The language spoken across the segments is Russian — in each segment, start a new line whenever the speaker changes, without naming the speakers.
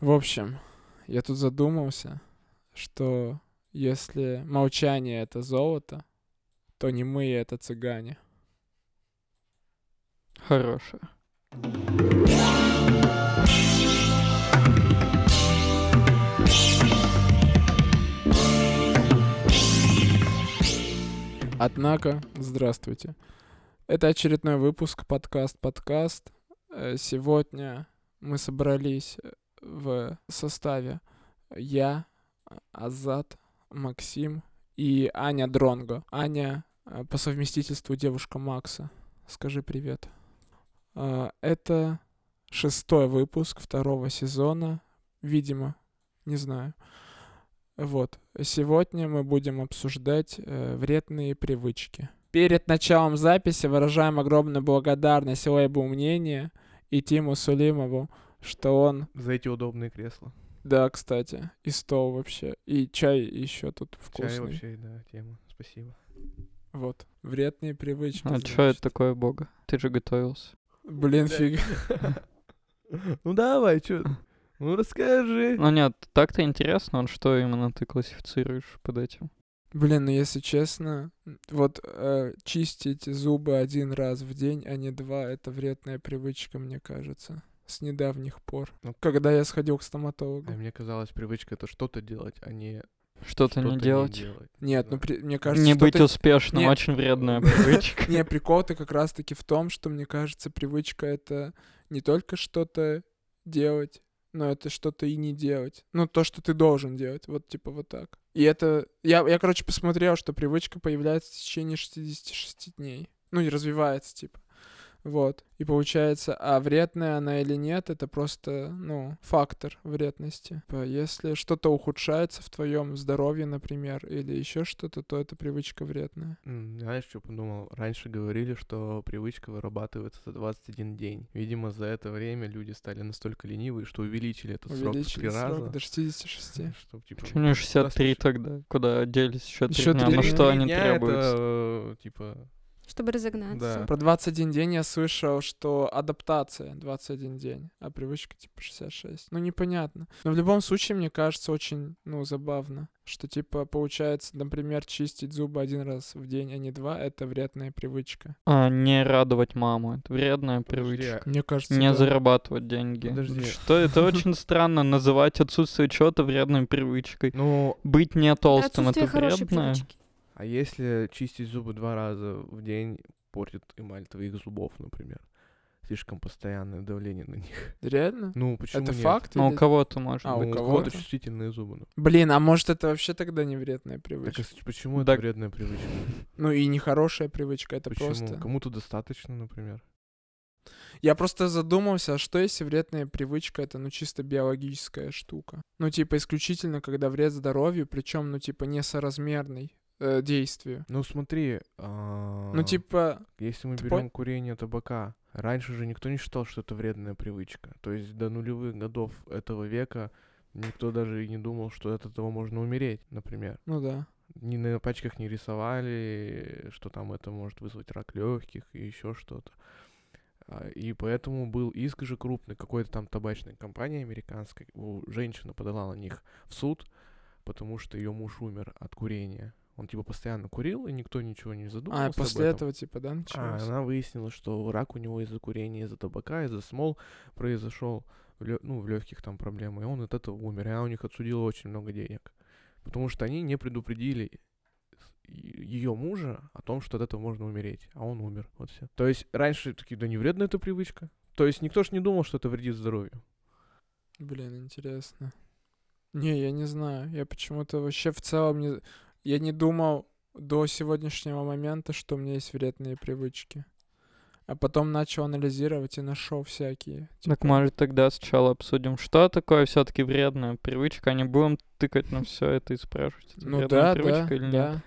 В общем, я тут задумался, что если молчание — это золото, то немые — это цыгане.
Хорошая.
Однако, здравствуйте. Это очередной выпуск подкаст-подкаст. Э, Сегодня мы собрались в составе я, Азат, Максим и Аня Дронго. Аня э, по совместительству девушка Макса. Скажи привет. Э, Это шестой выпуск второго сезона, видимо, не знаю. Вот. Сегодня мы будем обсуждать э, вредные привычки. Перед началом записи выражаем огромную благодарность лейбу мнения и Тиму Сулимову, что он,
За эти удобные кресла.
да, кстати, и стол вообще, и чай еще тут вкусный.
Чай вообще, да, тема. Спасибо.
Вот. Вредные привычки.
А
значит.
что это такое, бога? Ты же готовился.
Блин, фиг.
Ну давай, чё? Ну расскажи.
Ну нет, так-то интересно, он что именно ты классифицируешь под этим?
Блин, ну если честно, вот э, чистить зубы один раз в день, а не два, это вредная привычка, мне кажется, с недавних пор.
Ну,
Когда я сходил к
А
стоматологу.
мне казалось, привычка это что-то делать, а не
Что-то не делать.
Нет, ну
да.
при- мне кажется,
не
что
быть
ты-
успешным,
Нет.
очень вредная привычка.
Не, прикол-то как раз-таки в том, что, мне кажется, привычка — это не только что-то делать, но это что-то и не делать. Ну, то, что ты должен делать, вот типа вот так. И это... Я, я короче, посмотрел, что привычка появляется в течение 66 дней. Ну, и развивается, типа. Вот. И получается, а вредная она или нет, это просто, ну, фактор вредности. Типа, Если что-то ухудшается в твоем здоровье, например, или еще что-то, то это привычка вредная.
М, Знаешь, что подумал? Раньше говорили, что привычка вырабатывается за 21 день. Видимо, за это время люди стали настолько ленивые, что увеличили этот срок в
Увеличили
три
срок
раза.
до 66.
Чтоб, типа,
Почему не 63
раз-
тогда? Куда делись еще три
Ещё
дня?
три
Ну
Три
что они
дня
требуются?
это, э, типа,
Чтобы разогнаться.
Да.
Про 21 день я слышал, что адаптация 21 день, а привычка типа 66. Ну, непонятно. Но в любом случае, мне кажется, очень, ну, забавно, что типа получается, например, чистить зубы один раз в день, а не два, это вредная привычка.
А, не радовать маму. Это вредная
а
Подожди,
привычка.
Мне кажется,
Не
да.
зарабатывать деньги.
Подожди.
Что это очень странно, называть отсутствие чего-то вредной привычкой.
Ну,
Быть не толстым,
Отсутствие
это
хорошей
вредное.
привычки.
а если чистить зубы два раза в день, портит эмаль твоих зубов, например? Слишком постоянное давление на них.
Реально?
Ну, почему
это
нет?
факт?
Но у
или-
кого-то можно.
А,
Ну,
у
у
кого-то?
кого-то чувствительные зубы. ну.
Блин, а может это вообще тогда не вредная
Так
привычка?
а с- почему это
Так-
вредная привычка?
Ну и нехорошая привычка, это
Почему?
просто...
Кому-то достаточно, например.
Я просто задумался, а что если вредная привычка это ну чисто биологическая штука? Ну типа исключительно, когда вред здоровью, причем ну типа несоразмерный э, действию.
Ну смотри, а,
Ну типа,
если мы
ты
берем курение табака, раньше же никто не считал, что это вредная привычка. То есть до нулевых годов этого века никто даже и не думал, что от этого можно умереть, например.
ну да.
Ни на пачках не рисовали, что там это может вызвать рак легких и еще что-то. А, И поэтому был иск же крупный какой-то там табачной компании американской. У- Женщина подала на них в суд, потому что ее муж умер от курения. Он типа постоянно курил, и никто ничего не задумывался
а
об
после
этом.
этого типа, да,
А,
началось?
она выяснила, что рак у него из-за курения, из-за табака, из-за смол произошел, в лё- ну, в легких там проблемы, и он от этого умер. И она у них отсудила очень много денег. Потому что они не предупредили ее мужа о том, что от этого можно умереть. А он умер. Вот все. То есть раньше такие, да не вредна эта привычка. То есть никто же не думал, что это вредит здоровью.
Блин, интересно. Не, я не знаю. Я почему-то вообще в целом не... Я не думал до сегодняшнего момента, что у меня есть вредные привычки. А потом начал анализировать и нашел всякие.
Так
типа,
может тогда сначала обсудим, что такое все-таки вредная привычка, а не будем тыкать на все это и спрашивать, это
Ну
вредная
да, да,
привычка или нет.
да.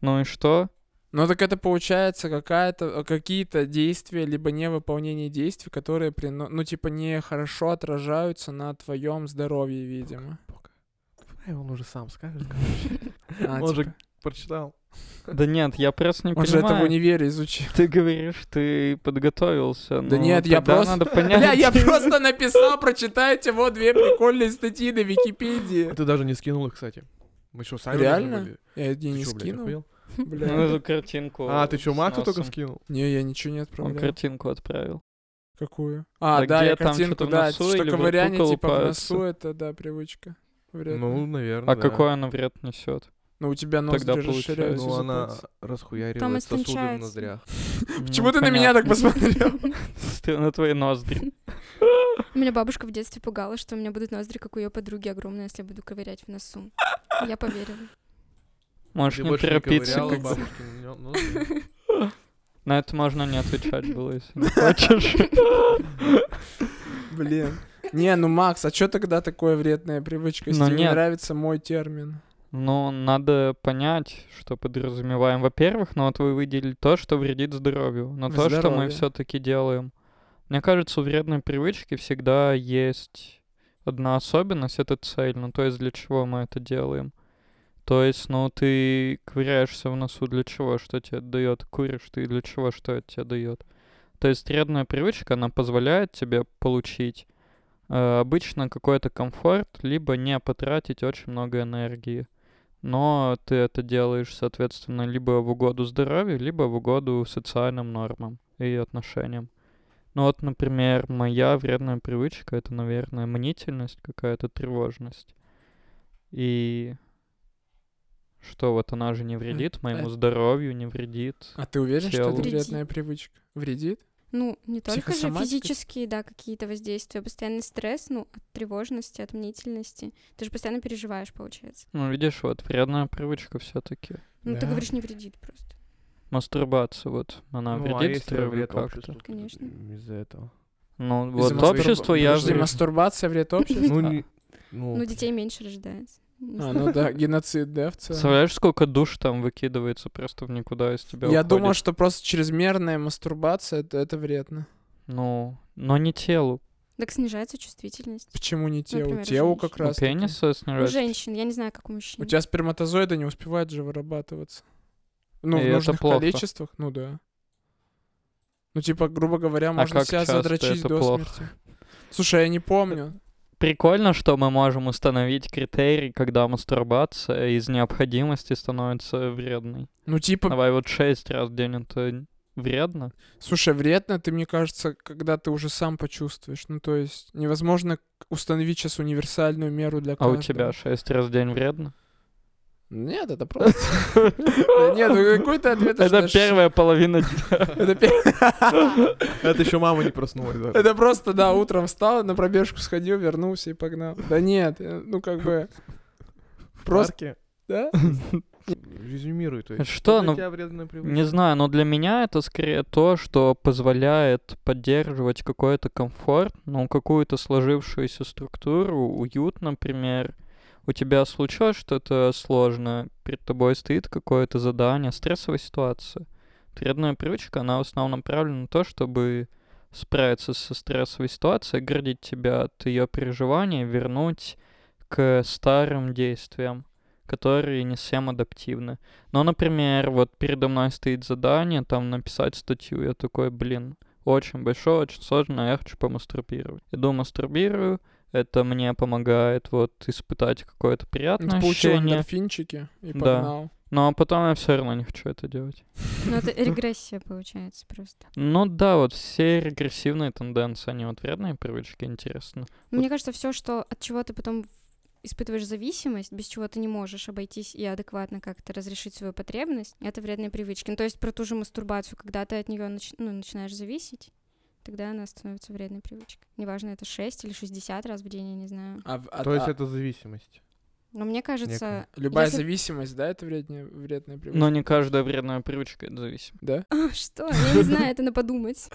Ну и что?
Ну так это получается какая-то э, какие-то действия либо невыполнение действий, которые прино... ну типа не хорошо отражаются на твоем здоровье, видимо.
Пока. Ай, он уже сам скажет, короче.
А,
Он же
типа,
прочитал.
Да нет, я просто не
Он же это в
понимаю.
универе изучил.
Ты говоришь, ты подготовился.
Да
но
нет, я
тогда
просто-
Надо понять.
Бля, я просто написал, прочитайте вот две прикольные статьи на Википедии.
Ты даже не скинул их, кстати. Мы что, сами
Реально?
должны были?
Я её
Ты
не
чё, блядь,
скинул.
охуел?
Ну,
Бля.
эту картинку.
А, ты что,
с
Максу только
носом.
скинул?
Не, я ничего не
Он
отправлял.
картинку отправил.
Какую? А,
Да
да, я
где там
картинку,
что-то в
да.
носу
Что
или в
ковыряние
руку
типа в
колупаются?
носу, это, да, привычка. Вредно.
Ну,
Ну,
наверное,
А какой она вред несет?
у тебя ноздри
Тогда
расширяются.
получается.
Ну,
из-за
она
пальцев.
расхуяривает сосуды в
истончается.
ноздрях.
Почему ты на меня так посмотрел?
Ну, Ты на твои ноздри.
Меня бабушка в детстве пугала, что у меня будут ноздри, как у ее подруги, огромные, если я буду ковырять в носу. Я поверила.
Можешь
Ты
не
больше не
торопиться.
ковыряла
как бы.
бабушкин ну, нё- ноздри?
На это можно не отвечать было, если не хочешь.
Блин. Не, ну Макс, а чё тогда такое вредная привычка, если
Ну,
тебе не
нет.
нравится мой термин?
Но Ну, надо понять, что подразумеваем. Во-первых, ну вот вы выделили то, что вредит здоровью, но то, что мы
Здоровью.
все-таки делаем. Мне кажется, у вредной привычки всегда есть одна особенность, это цель, ну то есть для чего мы это делаем. То есть, ну ты ковыряешься в носу для чего, что тебе дает, куришь ты для чего, что это тебе дает. То есть вредная привычка, она позволяет тебе получить э, обычно какой-то комфорт, либо не потратить очень много энергии. Но ты это делаешь, соответственно, либо в угоду здоровью, либо в угоду социальным нормам и отношениям. Ну вот, например, моя вредная привычка это, наверное, мнительность, какая-то тревожность. И что вот она же не вредит моему
э.
здоровью, не вредит.
А ты уверен, что это
Телу.
вредная привычка? Вредит?
Ну, не только же
Психосоматика?
физические, да, какие-то воздействия, постоянный стресс, ну, от тревожности, от мнительности. Ты же постоянно переживаешь, получается.
Ну, видишь, вот вредная привычка все-таки.
Ну, ты
Да.
говоришь, не вредит просто.
Мастурбация, вот она
Ну, а
вредит
если
здоровью
вред
как-то.
обществу?
Конечно.
М, Из-за этого.
Ну, вот
Из-за мастурба-
общество я
Подожди,
вред-
мастурбация вред обществу?
Ну,
А.
не- ну,
Ну, детей меньше рождается. Не
А,
знаю.
ну да, геноцид, да, в целом?
Представляешь, сколько душ там выкидывается просто в никуда из тебя
Я
уходит?
думал, что просто чрезмерная мастурбация это, это вредно.
Ну, но не телу.
Так снижается чувствительность.
Почему не телу?
Например,
телу
женщин.
как
У
раз. таки.
пениса
У
снижается.
женщин, я не знаю, как у
У
мужчин.
тебя сперматозоиды не успевают же вырабатываться. Ну,
И
в
это
нужных
плохо.
количествах, ну да. Ну, типа, грубо говоря, можно
А как
себя
часто
задрочить
это
до
плохо?
смерти. Слушай, я не помню.
Прикольно, что мы можем установить критерий, когда мастурбация из необходимости становится вредной.
Ну, типа,
Давай вот шесть раз в день это вредно.
Слушай, вредно ты, мне кажется, когда ты уже сам почувствуешь. Ну, то есть невозможно к- установить сейчас универсальную меру для
А
каждого.
у тебя шесть раз в день вредно?
Нет, это просто... Да Нет, ну какой ты ответ?
Это
ожидаешь?
первая половина дня.
Это пер-
Это еще мама не проснулась. да.
Это просто, да, утром встал, на пробежку сходил, вернулся и погнал. Да нет, э, ну как бы... Просто,
Парки.
да?
Резюмируй, то есть.
Что,
для
ну,
тебя вредная привычка?
Не знаю, но для меня это скорее то, что позволяет поддерживать какой-то комфорт, ну, какую-то сложившуюся структуру, уют, например. У тебя случилось что-то сложное, перед тобой стоит какое-то задание, стрессовая ситуация. Вредная привычка, она в основном направлена на то, чтобы справиться со стрессовой ситуацией, оградить тебя от ее переживаний, вернуть к старым действиям, которые не всем адаптивны. Ну, например, вот передо мной стоит задание, там, написать статью. Я такой, блин, очень большое, очень сложно, я хочу помастурбировать. Иду мастурбирую, это мне помогает вот испытать какое-то
Ну,
приятное
ты Получил
ощущение.
эндорфинчики и
Да.
погнал.
Но потом я все равно не хочу это делать.
Ну, это регрессия получается просто.
Ну да, вот все регрессивные тенденции, они вот вредные привычки, интересно.
Ну, Мне кажется, все, что от чего ты потом испытываешь зависимость, без чего ты не можешь обойтись и адекватно как-то разрешить свою потребность, это вредные привычки. Ну, то есть про ту же мастурбацию, когда ты от нее начинаешь зависеть, тогда она становится вредной привычкой. Неважно, это 6 или 60 раз в день, я не знаю.
А в- а-
То есть
а
это зависимость.
Но мне кажется...
Некая.
Любая
если-
зависимость, да, это вредная, вредная привычка?
Но не каждая вредная привычка это зависит.
Да?
А, что? Я не знаю, это надо подумать.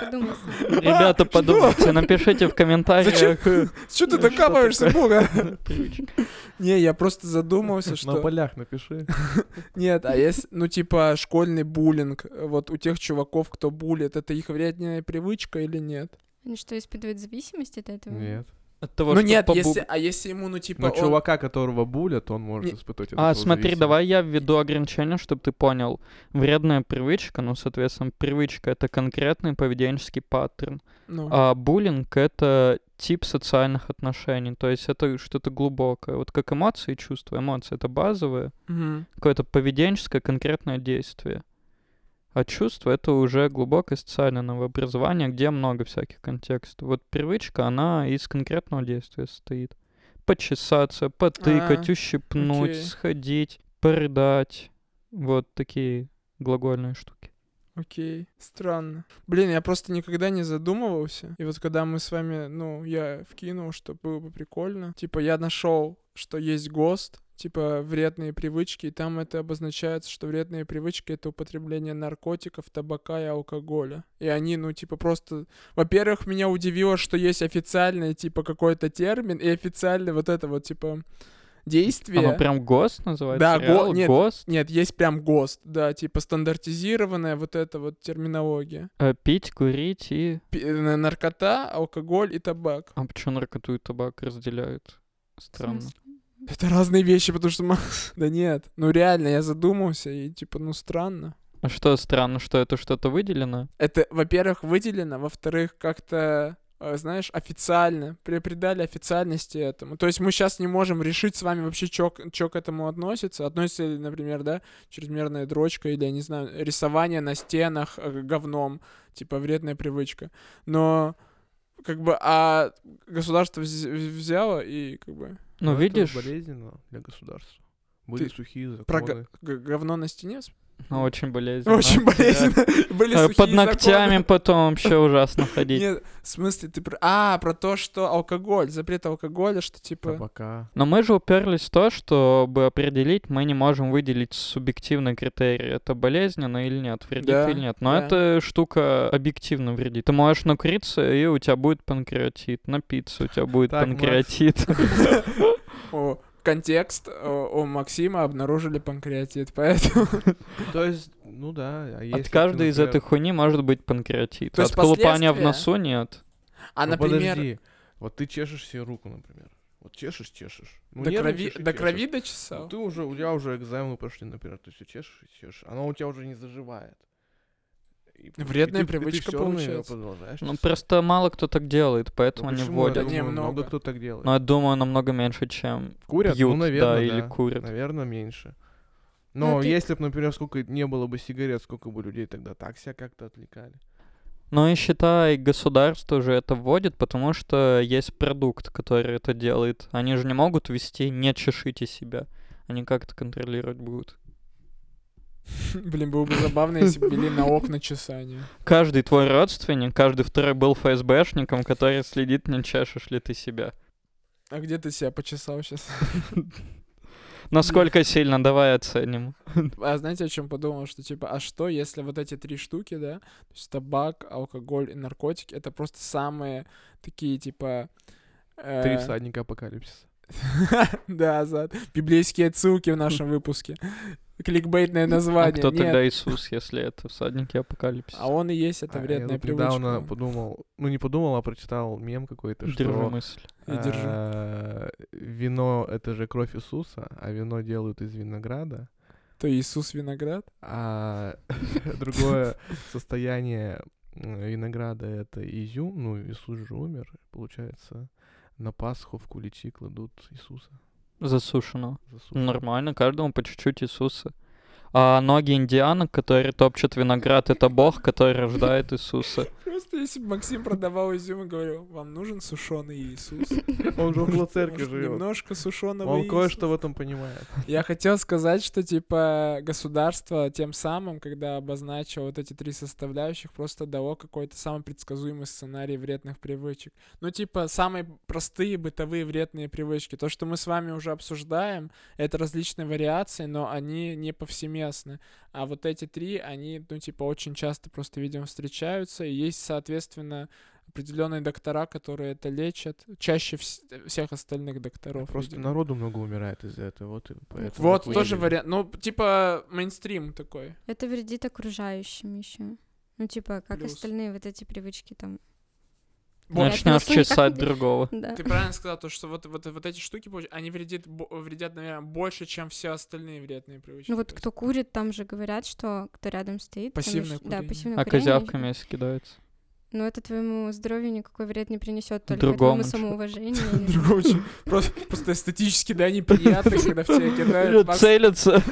Подумай сам.
Ребята, подумайте, напишите в комментариях.
Что ты
Ну, что
докапываешься, Бога?
Привычка.
Не, я просто задумался, что...
На полях напиши.
Нет, а если, ну, типа, школьный буллинг, э, вот у тех чуваков, кто булит, это их вредная привычка или нет?
Они что, испытывают зависимость от этого?
Нет.
От того,
ну
что
нет,
побу-
если, а если ему, ну типа...
Но
он-
чувака, которого булят, он может
Не-
испытать от
А,
этого
смотри,
зависимость.
давай я введу ограничение, чтобы ты понял. Вредная привычка, ну, соответственно, привычка — это конкретный поведенческий паттерн.
ну,
А буллинг — это тип социальных отношений, то есть это что-то глубокое. Вот как эмоции и чувства. Эмоции — это базовые,
мгм.
какое-то поведенческое конкретное действие. А чувство — это уже глубокое социальное новообразование, где много всяких контекстов. Вот привычка, она из конкретного действия состоит. Почесаться, потыкать,
А,
ущипнуть,
окей.
сходить, порыдать. Вот такие глагольные штуки.
Окей, странно. Блин, я просто никогда не задумывался. И вот когда мы с вами, ну, я вкинул, что было бы прикольно. Типа, я нашел, что есть ГОСТ, типа вредные привычки, и там это обозначается, что вредные привычки это употребление наркотиков, табака и алкоголя. И они, ну, типа, просто. Во-первых, меня удивило, что есть официальный, типа, какой-то термин, и официальный вот это вот, типа, действие.
Оно прям ГОСТ называется?
Да, го-
Реал?
нет.
ГОСТ?
Нет, есть прям ГОСТ, да, типа стандартизированная вот эта вот терминология.
Э, Пить, курить и...
Пи- э, наркота, алкоголь и табак.
А почему наркоту и табак разделяют?
В
Странно.
смысле?
Это разные вещи, потому что... ма- Да нет, ну реально, я задумался, и типа, ну странно.
А что странно, что это что-то выделено?
Это, во-первых, выделено, во-вторых, как-то, э, знаешь, официально, при- придали официальности этому. То есть мы сейчас не можем решить с вами вообще, что к этому относится. Относится ли, например, да, чрезмерная дрочка или, я не знаю, рисование на стенах э, говном, типа вредная привычка. Но как бы, а государство вз- взяло и как бы
Но
Ну,
это
видишь,
болезненно для государства. Были
Ты
сухие законы.
про г- г- говно на стене с-
ну, очень болезненно.
Очень болезненно. Были
Э,
сухие
Под ногтями
законы.
потом вообще ужасно ходить.
Нет, в смысле, ты про... А, про то, что алкоголь, запрет алкоголя, что типа...
Табака.
Но мы же уперлись в то, чтобы определить, мы не можем выделить субъективный критерий, это болезненно или нет, вредит
Да,
или нет. Но
да.
эта штука объективно вредит. Ты можешь накуриться, и у тебя будет панкреатит. Напиться, у тебя будет
Так, Макс.
панкреатит.
О, контекст, о, у Максима обнаружили панкреатит, поэтому...
То есть, ну да. а если
От
ты,
каждой из
например-
этой хуйни может быть панкреатит.
То
От
есть
колупания в
последствия-
носу нет.
А,
Ну,
например,
подожди, вот ты чешешь себе руку, например. Вот чешешь, чешешь. Ну,
до крови,
нервничаешь и
до
чешешь.
крови
Ну,
дочесал?
ты уже, у тебя уже экзамены пошли, например, ты все чешешь и чешешь. Оно у тебя уже не заживает. И- и
Ну, Вредная
ты- и ты
привычка
всё равно её
получается.
продолжаешь
Ну,
чесать.
просто мало кто так делает,
Ну,
поэтому не
почему?
вводят. Ну,
Я
Да не,
думаю, много.
много.
кто так делает.
Но я думаю, намного меньше, чем
Курят?
пьют,
ну, наверное,
да, или курят.
Наверное, меньше.
Ну,
Но
ты-
если бы, например, сколько не было бы сигарет, сколько бы людей тогда так себя как-то отвлекали.
Ну и считай, государство же это вводит, потому что есть продукт, который это делает. Они же не могут вести «не чешите себя». Они как это контролировать будут.
Блин, было бы забавно, если бы вели на окна чесание.
Каждый твой родственник, каждый второй был ФСБшником, который следит, не чешешь ли ты себя.
А где ты себя почесал сейчас?
Насколько сильно, давай оценим.
А знаете, о чем подумал? Что типа, а что, если вот эти три штуки, да, то есть табак, алкоголь и наркотики, это просто самые такие, типа... э,
Три всадника апокалипсиса.
Да, зад. Библейские отсылки в
Хм.
нашем выпуске. Кликбейтное
А
название.
кто
Нет.
тогда Иисус, если это всадники апокалипсиса?
А он и есть это
А, я
вредная
тут недавно
привычка.
подумал, ну не подумал, а прочитал мем какой-то, что
Держи мысль.
И держи.
а, Э, вино это же кровь Иисуса, а вино делают из винограда,
То Иисус виноград?
а другое состояние м, винограда это изюм, ну Иисус же умер, получается, на Пасху в куличи кладут Иисуса.
Засушенного.
засушенного.
Нормально, каждому по чуть-чуть Иисуса. А ноги индианок, которые топчут виноград, это Бог, который рождает Иисуса.
Просто если бы Максим продавал изюм и говорил, вам нужен сушеный Иисус.
Он же около церкви
Может,
живет.
Немножко сушеного
Он кое-что в этом понимает.
Я хотел сказать, что типа государство тем самым, когда обозначило вот эти три составляющих, просто дало какой-то самый предсказуемый сценарий вредных привычек. Ну типа самые простые бытовые вредные привычки. То, что мы с вами уже обсуждаем, это различные вариации, но они не повсеместны. А вот эти три, они, ну типа очень часто просто, видимо, встречаются. И есть, соответственно, определенные доктора, которые это лечат, чаще вс- всех остальных докторов.
Просто
видимо.
народу много умирает из-за этого. Вот, и поэтому
Вот,
так
тоже
выделили.
вариант. Ну, типа, мейнстрим такой.
Это вредит окружающим еще. Ну, типа, как
Плюс.
остальные вот эти привычки там.
Вот.
Начнешь
смысла никак
чесать
не-
другого.
Да.
Ты правильно сказал, то, что вот, вот, вот эти штуки, получ- они вредят, вредят, наверное, больше, чем все остальные вредные привычки.
Ну вот
То есть
кто курит, там же говорят, что кто рядом стоит. там
Пассивное
ещё- Да,
курение.
пассивное
А
курение.
козявками если кидается.
Но это твоему здоровью никакой вред не принесет, только
Другому
твоему
чё?
самоуважению.
Другого чем- Просто, просто эстетически, да, неприятно, когда в тебя кидают. Макс,
Целятся.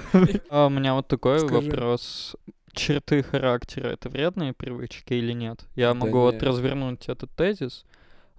А У меня вот такой
Скажи.
вопрос. Черты характера — это вредные привычки или нет? Я
Да
могу вот
нет.
развернуть этот тезис.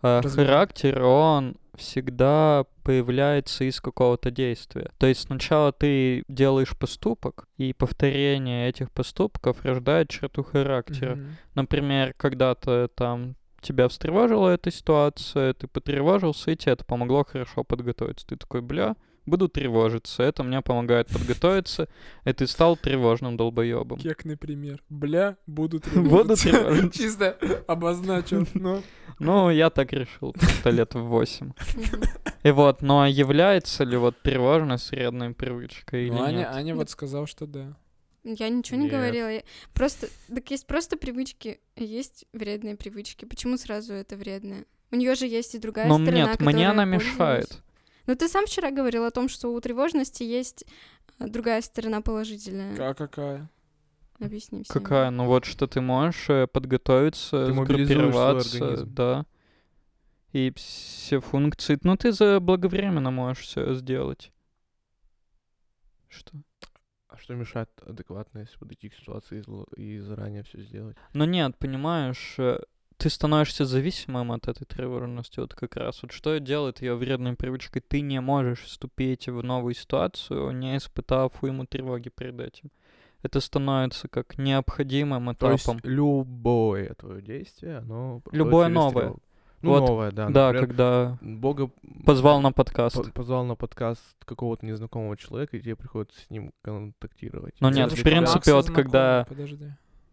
А,
Разверни.
Характер, он всегда появляется из какого-то действия. То есть сначала ты делаешь поступок, и повторение этих поступков рождает черту характера.
Мгм.
Например, когда-то там тебя встревожила эта ситуация, ты потревожился, и тебе это помогло хорошо подготовиться. Ты такой, бля, буду тревожиться, это мне помогает подготовиться, и ты стал тревожным долбоебом.
Кекный пример. Бля, буду
Буду
тревожиться.
тревожиться.
Чисто обозначил. Ну,
Ну, я так решил, просто лет в восемь.
Мгм.
И вот, но является ли вот тревожность вредной привычкой или
Ну, Аня,
нет?
Аня вот сказал, что да.
Я ничего не
Нет.
говорила. я- Просто, так есть просто привычки, а есть вредные привычки. Почему сразу это вредное? У нее же есть и другая
Ну,
сторона,
нет, мне
которая
она
пользовалась.
мешает.
Но ты сам вчера говорил о том, что у тревожности есть а, другая сторона положительная.
А какая?
Объясни всем.
Какая? Ну вот что ты можешь э, подготовиться,
Ты мобилизуешь свой
сгруппироваться,
организм.
да. И все функции. Ну ты заблаговременно можешь все сделать. Что?
А что мешает адекватно, если вот таких ситуаций и зло- и заранее все сделать?
Ну нет, понимаешь, э, ты становишься зависимым от этой тревожности, вот как раз. Вот что делает ее вредной привычкой? Ты не можешь вступить в новую ситуацию, не испытав уйму тревоги перед этим. Это становится как необходимым
То есть
этапом.
любое твое действие, оно... проходит
Любое
через
новое.
тревогу. Ну,
Вот,
новое, да.
да,
например,
когда
Бога
позвал на подкаст.
по- позвал на подкаст какого-то незнакомого человека, и тебе приходится с ним контактировать.
Ну
И
нет,
это
в
же
Девушка
принципе,
Макса
вот
знакомая,
когда-
Подожди.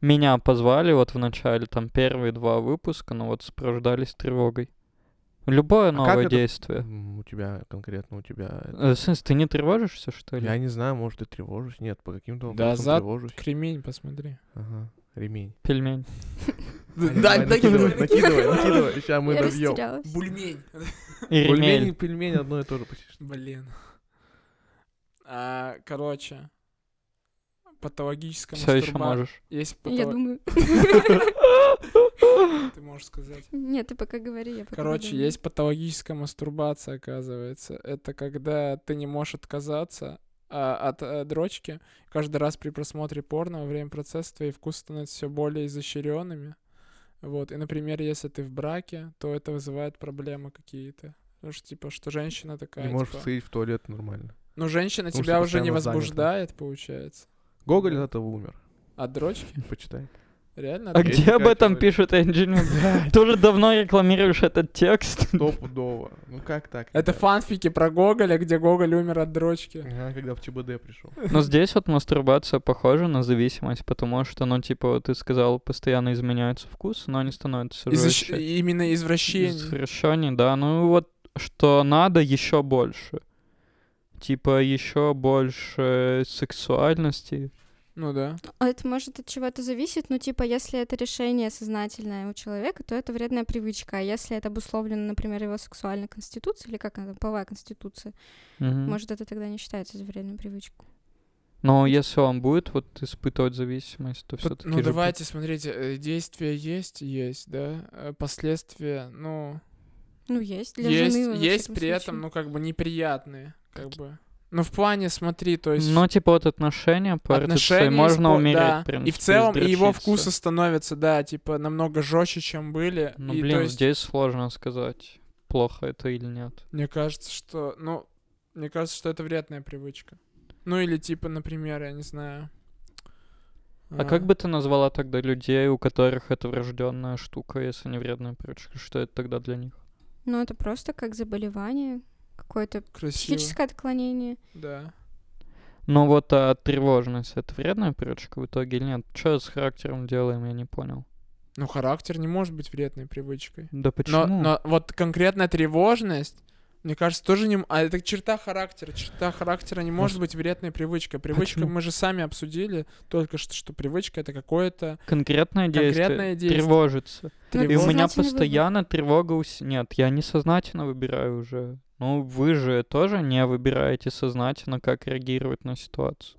Меня позвали вот в начале, там первые два выпуска, но вот сопровождались тревогой. Любое
как
новое
это-
действие.
М, У тебя, конкретно у тебя... это-
Э, Сенс, ты не тревожишься, что ли?
Я не знаю, может, и тревожусь. Нет, по каким-то
Да
вопросам
за-
тревожусь.
Кремень, посмотри.
Ага, ремень.
Пельмень.
Давай, накидывай, накидывай, накидывай. Сейчас мы
Я
добьем.
растерялась.
Бульмень.
И
Пельмени,
ремень.
пельмени одно и то же почти. что.
Блин. А, короче, патологическая
Все еще
мастурба-
можешь.
Есть
Я
патоло-
думаю.
Ты можешь сказать.
Нет, ты пока говори, я пока
Короче,
подумаю.
есть патологическая мастурбация, оказывается. Это когда ты не можешь отказаться а, от э, дрочки. Каждый раз при просмотре порно во время процесса твои вкусы становятся все более изощренными. Вот. И, например, если ты в браке, то это вызывает проблемы какие-то. Потому что, типа, что женщина такая,
Не можешь
типа,
сходить в туалет нормально.
Ну, женщина
потому что
тебя уже не
постоянно занята.
возбуждает, получается.
Гоголь от этого умер.
От дрочки?
Почитай.
Реально?
А
от
есть
где об
такая
этом
теория.
пишет Энджинин? Ты уже давно рекламируешь этот текст.
Стопудово. Ну как так?
Это
ребят?
фанфики про Гоголя, где Гоголь умер от дрочки.
Ага, когда в ЧБД пришел.
Но здесь вот мастурбация похожа на зависимость, потому что, ну, типа, вот ты сказал, постоянно изменяются вкус, но они становятся
Изощ-
жестче.
Именно извращение.
Извращение, да. Ну и вот что надо еще больше. Типа еще больше сексуальности.
Ну да.
А Это может от чего-то зависеть, но типа если это решение сознательное у человека, то это вредная привычка. А если это обусловлено, например, его сексуальной конституцией, или как она там, половая конституция,
Мгм.
может, это тогда не считается за вредную привычку.
Но если он будет вот испытывать зависимость, то
Пот-
все-таки.
Ну давайте, смотрите, э, действия есть, есть, да, э, последствия, ну,
Ну, есть. Для
есть,
жены, во
есть
всяком
при этом,
случае.
ну, как бы неприятные, как бы. Ну, в плане, смотри, то есть
Ну, типа, вот отношения по отношения
отношения...
можно
испо-
умереть
да,
прям.
И в целом и его
издрочиться.
вкусы становятся, да, типа, намного жестче, чем были.
Ну,
и, то
блин,
есть,
здесь сложно сказать, плохо это или нет.
Мне кажется, что, ну, мне кажется, что это вредная привычка. Ну, или типа, например, я не знаю... э,
А как бы ты назвала тогда людей, у которых это врожденная штука, если не вредная привычка? Что это тогда для них?
Ну, это просто как заболевание, какое-то
Красиво,
психическое отклонение.
да.
Ну вот, а тревожность, это вредная привычка в итоге или нет? Что с характером делаем, я не понял.
Ну, характер не может быть вредной привычкой.
Да почему?
Но, но вот конкретно тревожность, Мне кажется, тоже не... м- А это черта характера. Черта характера не может,
Может-
быть вредная привычка. Привычка,
Почему?
мы же сами обсудили только что, что привычка — это какое-то...
Конкретное действие.
Конкретное действие.
Тревожиться.
Ну,
И у
тревожное-
меня
Сознательный выбор.
постоянно тревога ус... Нет, я несознательно выбираю уже. Ну, вы же тоже не выбираете сознательно, как реагировать на ситуацию.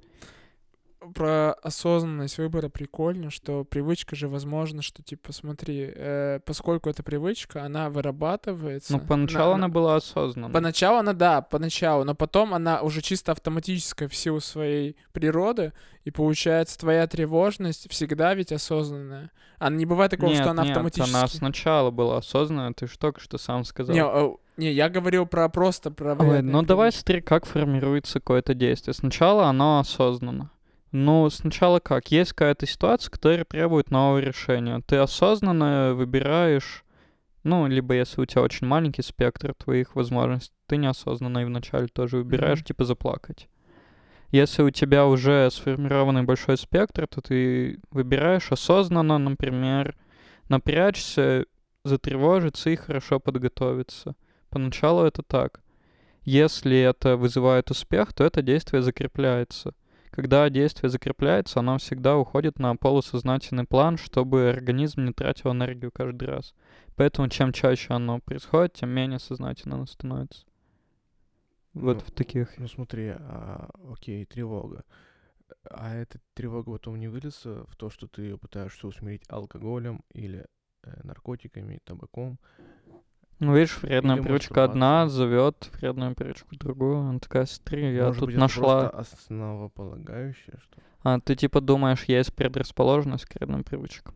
про осознанность выбора прикольно, что привычка же возможно, что типа смотри, э, поскольку это привычка, она вырабатывается.
Ну,
на-
поначалу
на-
она была осознанной.
Поначалу она, да, поначалу, но потом она уже чисто автоматическая в силу своей природы, и получается твоя тревожность всегда ведь осознанная. Она не бывает такого,
нет,
что она
нет,
автоматически...
она сначала была осознанная, ты же только что сам сказал.
Не, э, не, я говорил про просто про...
Ой,
вредные
ну давай
привычки.
смотри, как формируется какое-то действие. Сначала оно осознанно. Ну, сначала как? Есть какая-то ситуация, которая требует нового решения. Ты осознанно выбираешь, ну, либо если у тебя очень маленький спектр твоих возможностей, ты неосознанно и вначале тоже выбираешь,
Мгм.
типа, заплакать. Если у тебя уже сформированный большой спектр, то ты выбираешь осознанно, например, напрячься, затревожиться и хорошо подготовиться. Поначалу это так. Если это вызывает успех, то это действие закрепляется. Когда действие закрепляется, оно всегда уходит на полусознательный план, чтобы организм не тратил энергию каждый раз. Поэтому чем чаще оно происходит, тем менее сознательно оно становится. Вот
Ну,
в таких.
Ну смотри, а, окей, тревога. А эта тревога потом не выльется в то, что ты ее пытаешься усмирить алкоголем или э, наркотиками, табаком.
Ну, видишь, вредная
Или
привычка одна
мастурбация.
зовет вредную привычку другую. Она такая, смотри, я
Может
тут
быть, это
нашла.
просто основополагающее, что
А ты типа думаешь, есть предрасположенность к вредным привычкам.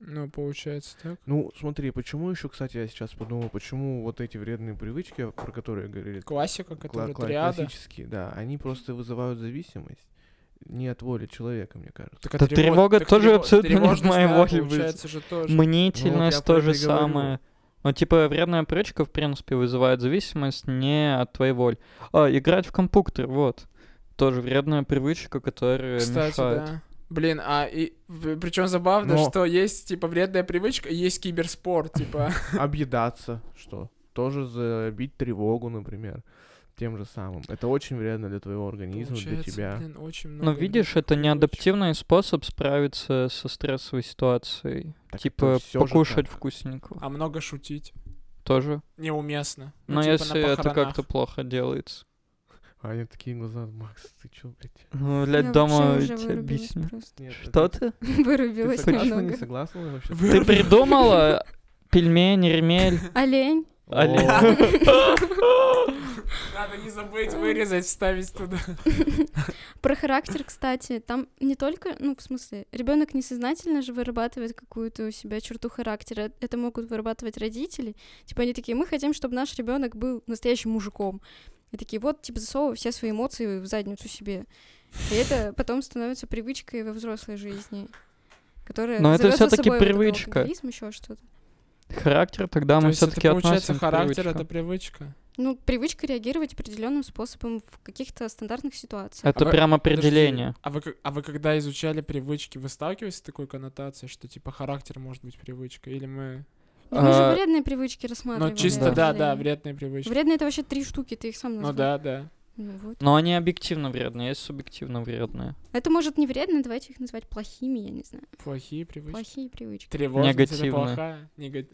Ну, получается так.
Ну, смотри, почему еще, кстати, я сейчас подумал, почему вот эти вредные привычки, про которые говорили,
Классика,
кла-
которая
кла-
триада.
классические, да, они просто вызывают зависимость. Не от воли человека, мне кажется.
Так а
Да
трево-
тревога
так
тоже
трево-
абсолютно не в
тревожность,
моей
да,
воле быть.
получается же тоже.
Мнительность
ну, про
то
это
же
и говорю.
самое. Ну, типа, вредная привычка, в принципе, вызывает зависимость не от твоей воли. А, играть в компьютер, вот. Тоже вредная привычка, которая
Кстати,
мешает.
да. Блин, а и причем забавно,
Но-
что есть типа вредная привычка, и есть киберспорт, типа.
Объедаться, что? Тоже забить тревогу, например, тем же самым. Это очень вредно для твоего организма, для
Получается,
тебя.
блин, очень много
Но видишь,
вредных
это
привычек.
неадаптивный способ справиться со стрессовой ситуацией.
Так
типа,
это всё же
покушать
так.
вкусненького.
А много шутить
Тоже.
неуместно. Ну,
Но
типа, на
если это
похоронах.
как-то плохо делается.
А они такие глаза, Макс, ты чё, блядь?
Ну,
Я
блядь,
вообще
дома
уже
тебе
вырубилась
объясню.
просто.
Нет,
Что
это-
ты?
Ты
Вырубилась
согласна, не
немного.
согласна вообще?
Вы-
Ты придумала пельмень, ремель?
Олень.
Олень.
Надо не забыть вырезать, вставить туда.
Про характер, кстати, там не только, ну, в смысле, ребенок несознательно же вырабатывает какую-то у себя черту характера. э, Это могут вырабатывать родители. Типа они такие, мы хотим, чтобы наш ребенок был настоящим мужиком. И такие, вот, типа, засовывай все свои эмоции в задницу себе. И это потом становится привычкой во взрослой жизни, которая
Но это
зовёт за
всё-таки
собой вот этот
привычка.
алкоголизм, ещё что-то.
Характер тогда
То
мы
есть это
все-таки
получается
относим к
характер,
привычкам.
это привычка.
Ну, привычка реагировать определенным способом в каких-то стандартных ситуациях.
Это
А вы-
прям
Подожди,
определение.
А вы, к- а вы когда изучали привычки, вы сталкивались с такой коннотацией, что типа характер может быть привычкой? Или мы...
Но Мы
а,
же вредные привычки рассматриваем.
Ну, чисто, да,
да.
да, вредные привычки.
Вредные это вообще три штуки, ты их сам назвал.
Ну да, да.
Ну вот.
Но они объективно вредные, есть субъективно вредные.
Это может не вредно, давайте их назвать плохими, я не знаю.
Плохие привычки.
Плохие привычки.
Тревожность это
Негативные.
плохая. Нега-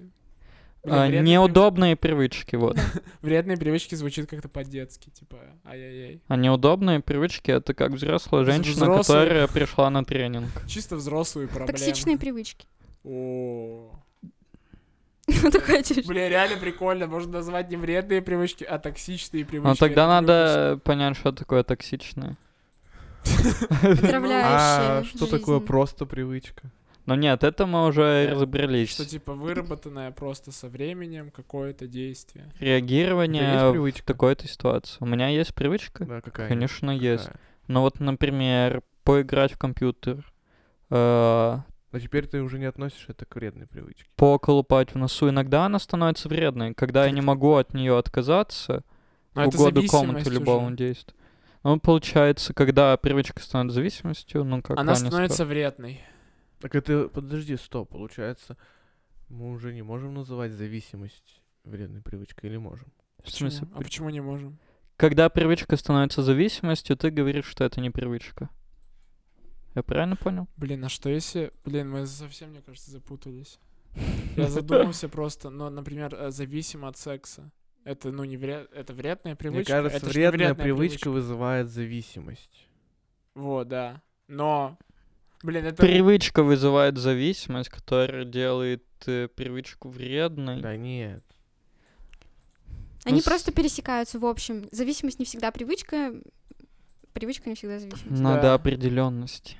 Блин,
А,
вредные
неудобные привычки, вот.
прив- Вредные привычки звучит как-то по-детски, типа ай-яй-яй.
А неудобные привычки это как взрослая
З-
женщина,
взрослые.
которая пришла на тренинг.
Чисто взрослые проблемы.
Токсичные привычки.
О,
Ну, такая тишина.
Бля, реально прикольно. Можно назвать не вредные привычки, а токсичные привычки.
Но тогда
Это
надо понять, что такое токсичное.
Отравляющие
А что такое
жизнь.
просто привычка?
Но нет, это мы уже
Да. круто, Что
разобрались.
типа выработанное просто со временем какое-то действие.
есть
Реагирование в
привычка?
такой-то ситуации. У меня есть привычка?
Да, какая?
Конечно, есть.
Какая?
Ну вот, например, поиграть в компьютер, э,
Но теперь ты уже не относишь это к вредной привычке.
поколупать в носу. Иногда она становится вредной, когда я не могу от нее отказаться
Но Ну,
в
А это
угоду
зависимость
комнату
уже.
любому действию. Ну, получается, когда привычка становится зависимостью, ну как
Она
Аня
становится
сказала.
вредной.
Так это, подожди, стоп, получается, мы уже не можем называть зависимость вредной привычкой или можем?
В смысле,
А почему не можем?
когда привычка становится зависимостью, ты говоришь, что это не привычка. Я правильно понял?
Блин, а что если... Блин, мы совсем, мне кажется, запутались. Я задумался просто, но, например, э, зависим от секса. Это, ну, не вред... Это вредная привычка?
Мне кажется,
это ж не
вредная, привычка, вызывает зависимость.
Вот, да. Но... Блин, это...
Привычка вызывает зависимость, которая делает э, привычку вредной.
Да нет.
Они
Ну, с-
просто пересекаются, в общем. Зависимость не всегда привычка, привычка не всегда зависимость.
Надо
Да.
определенности.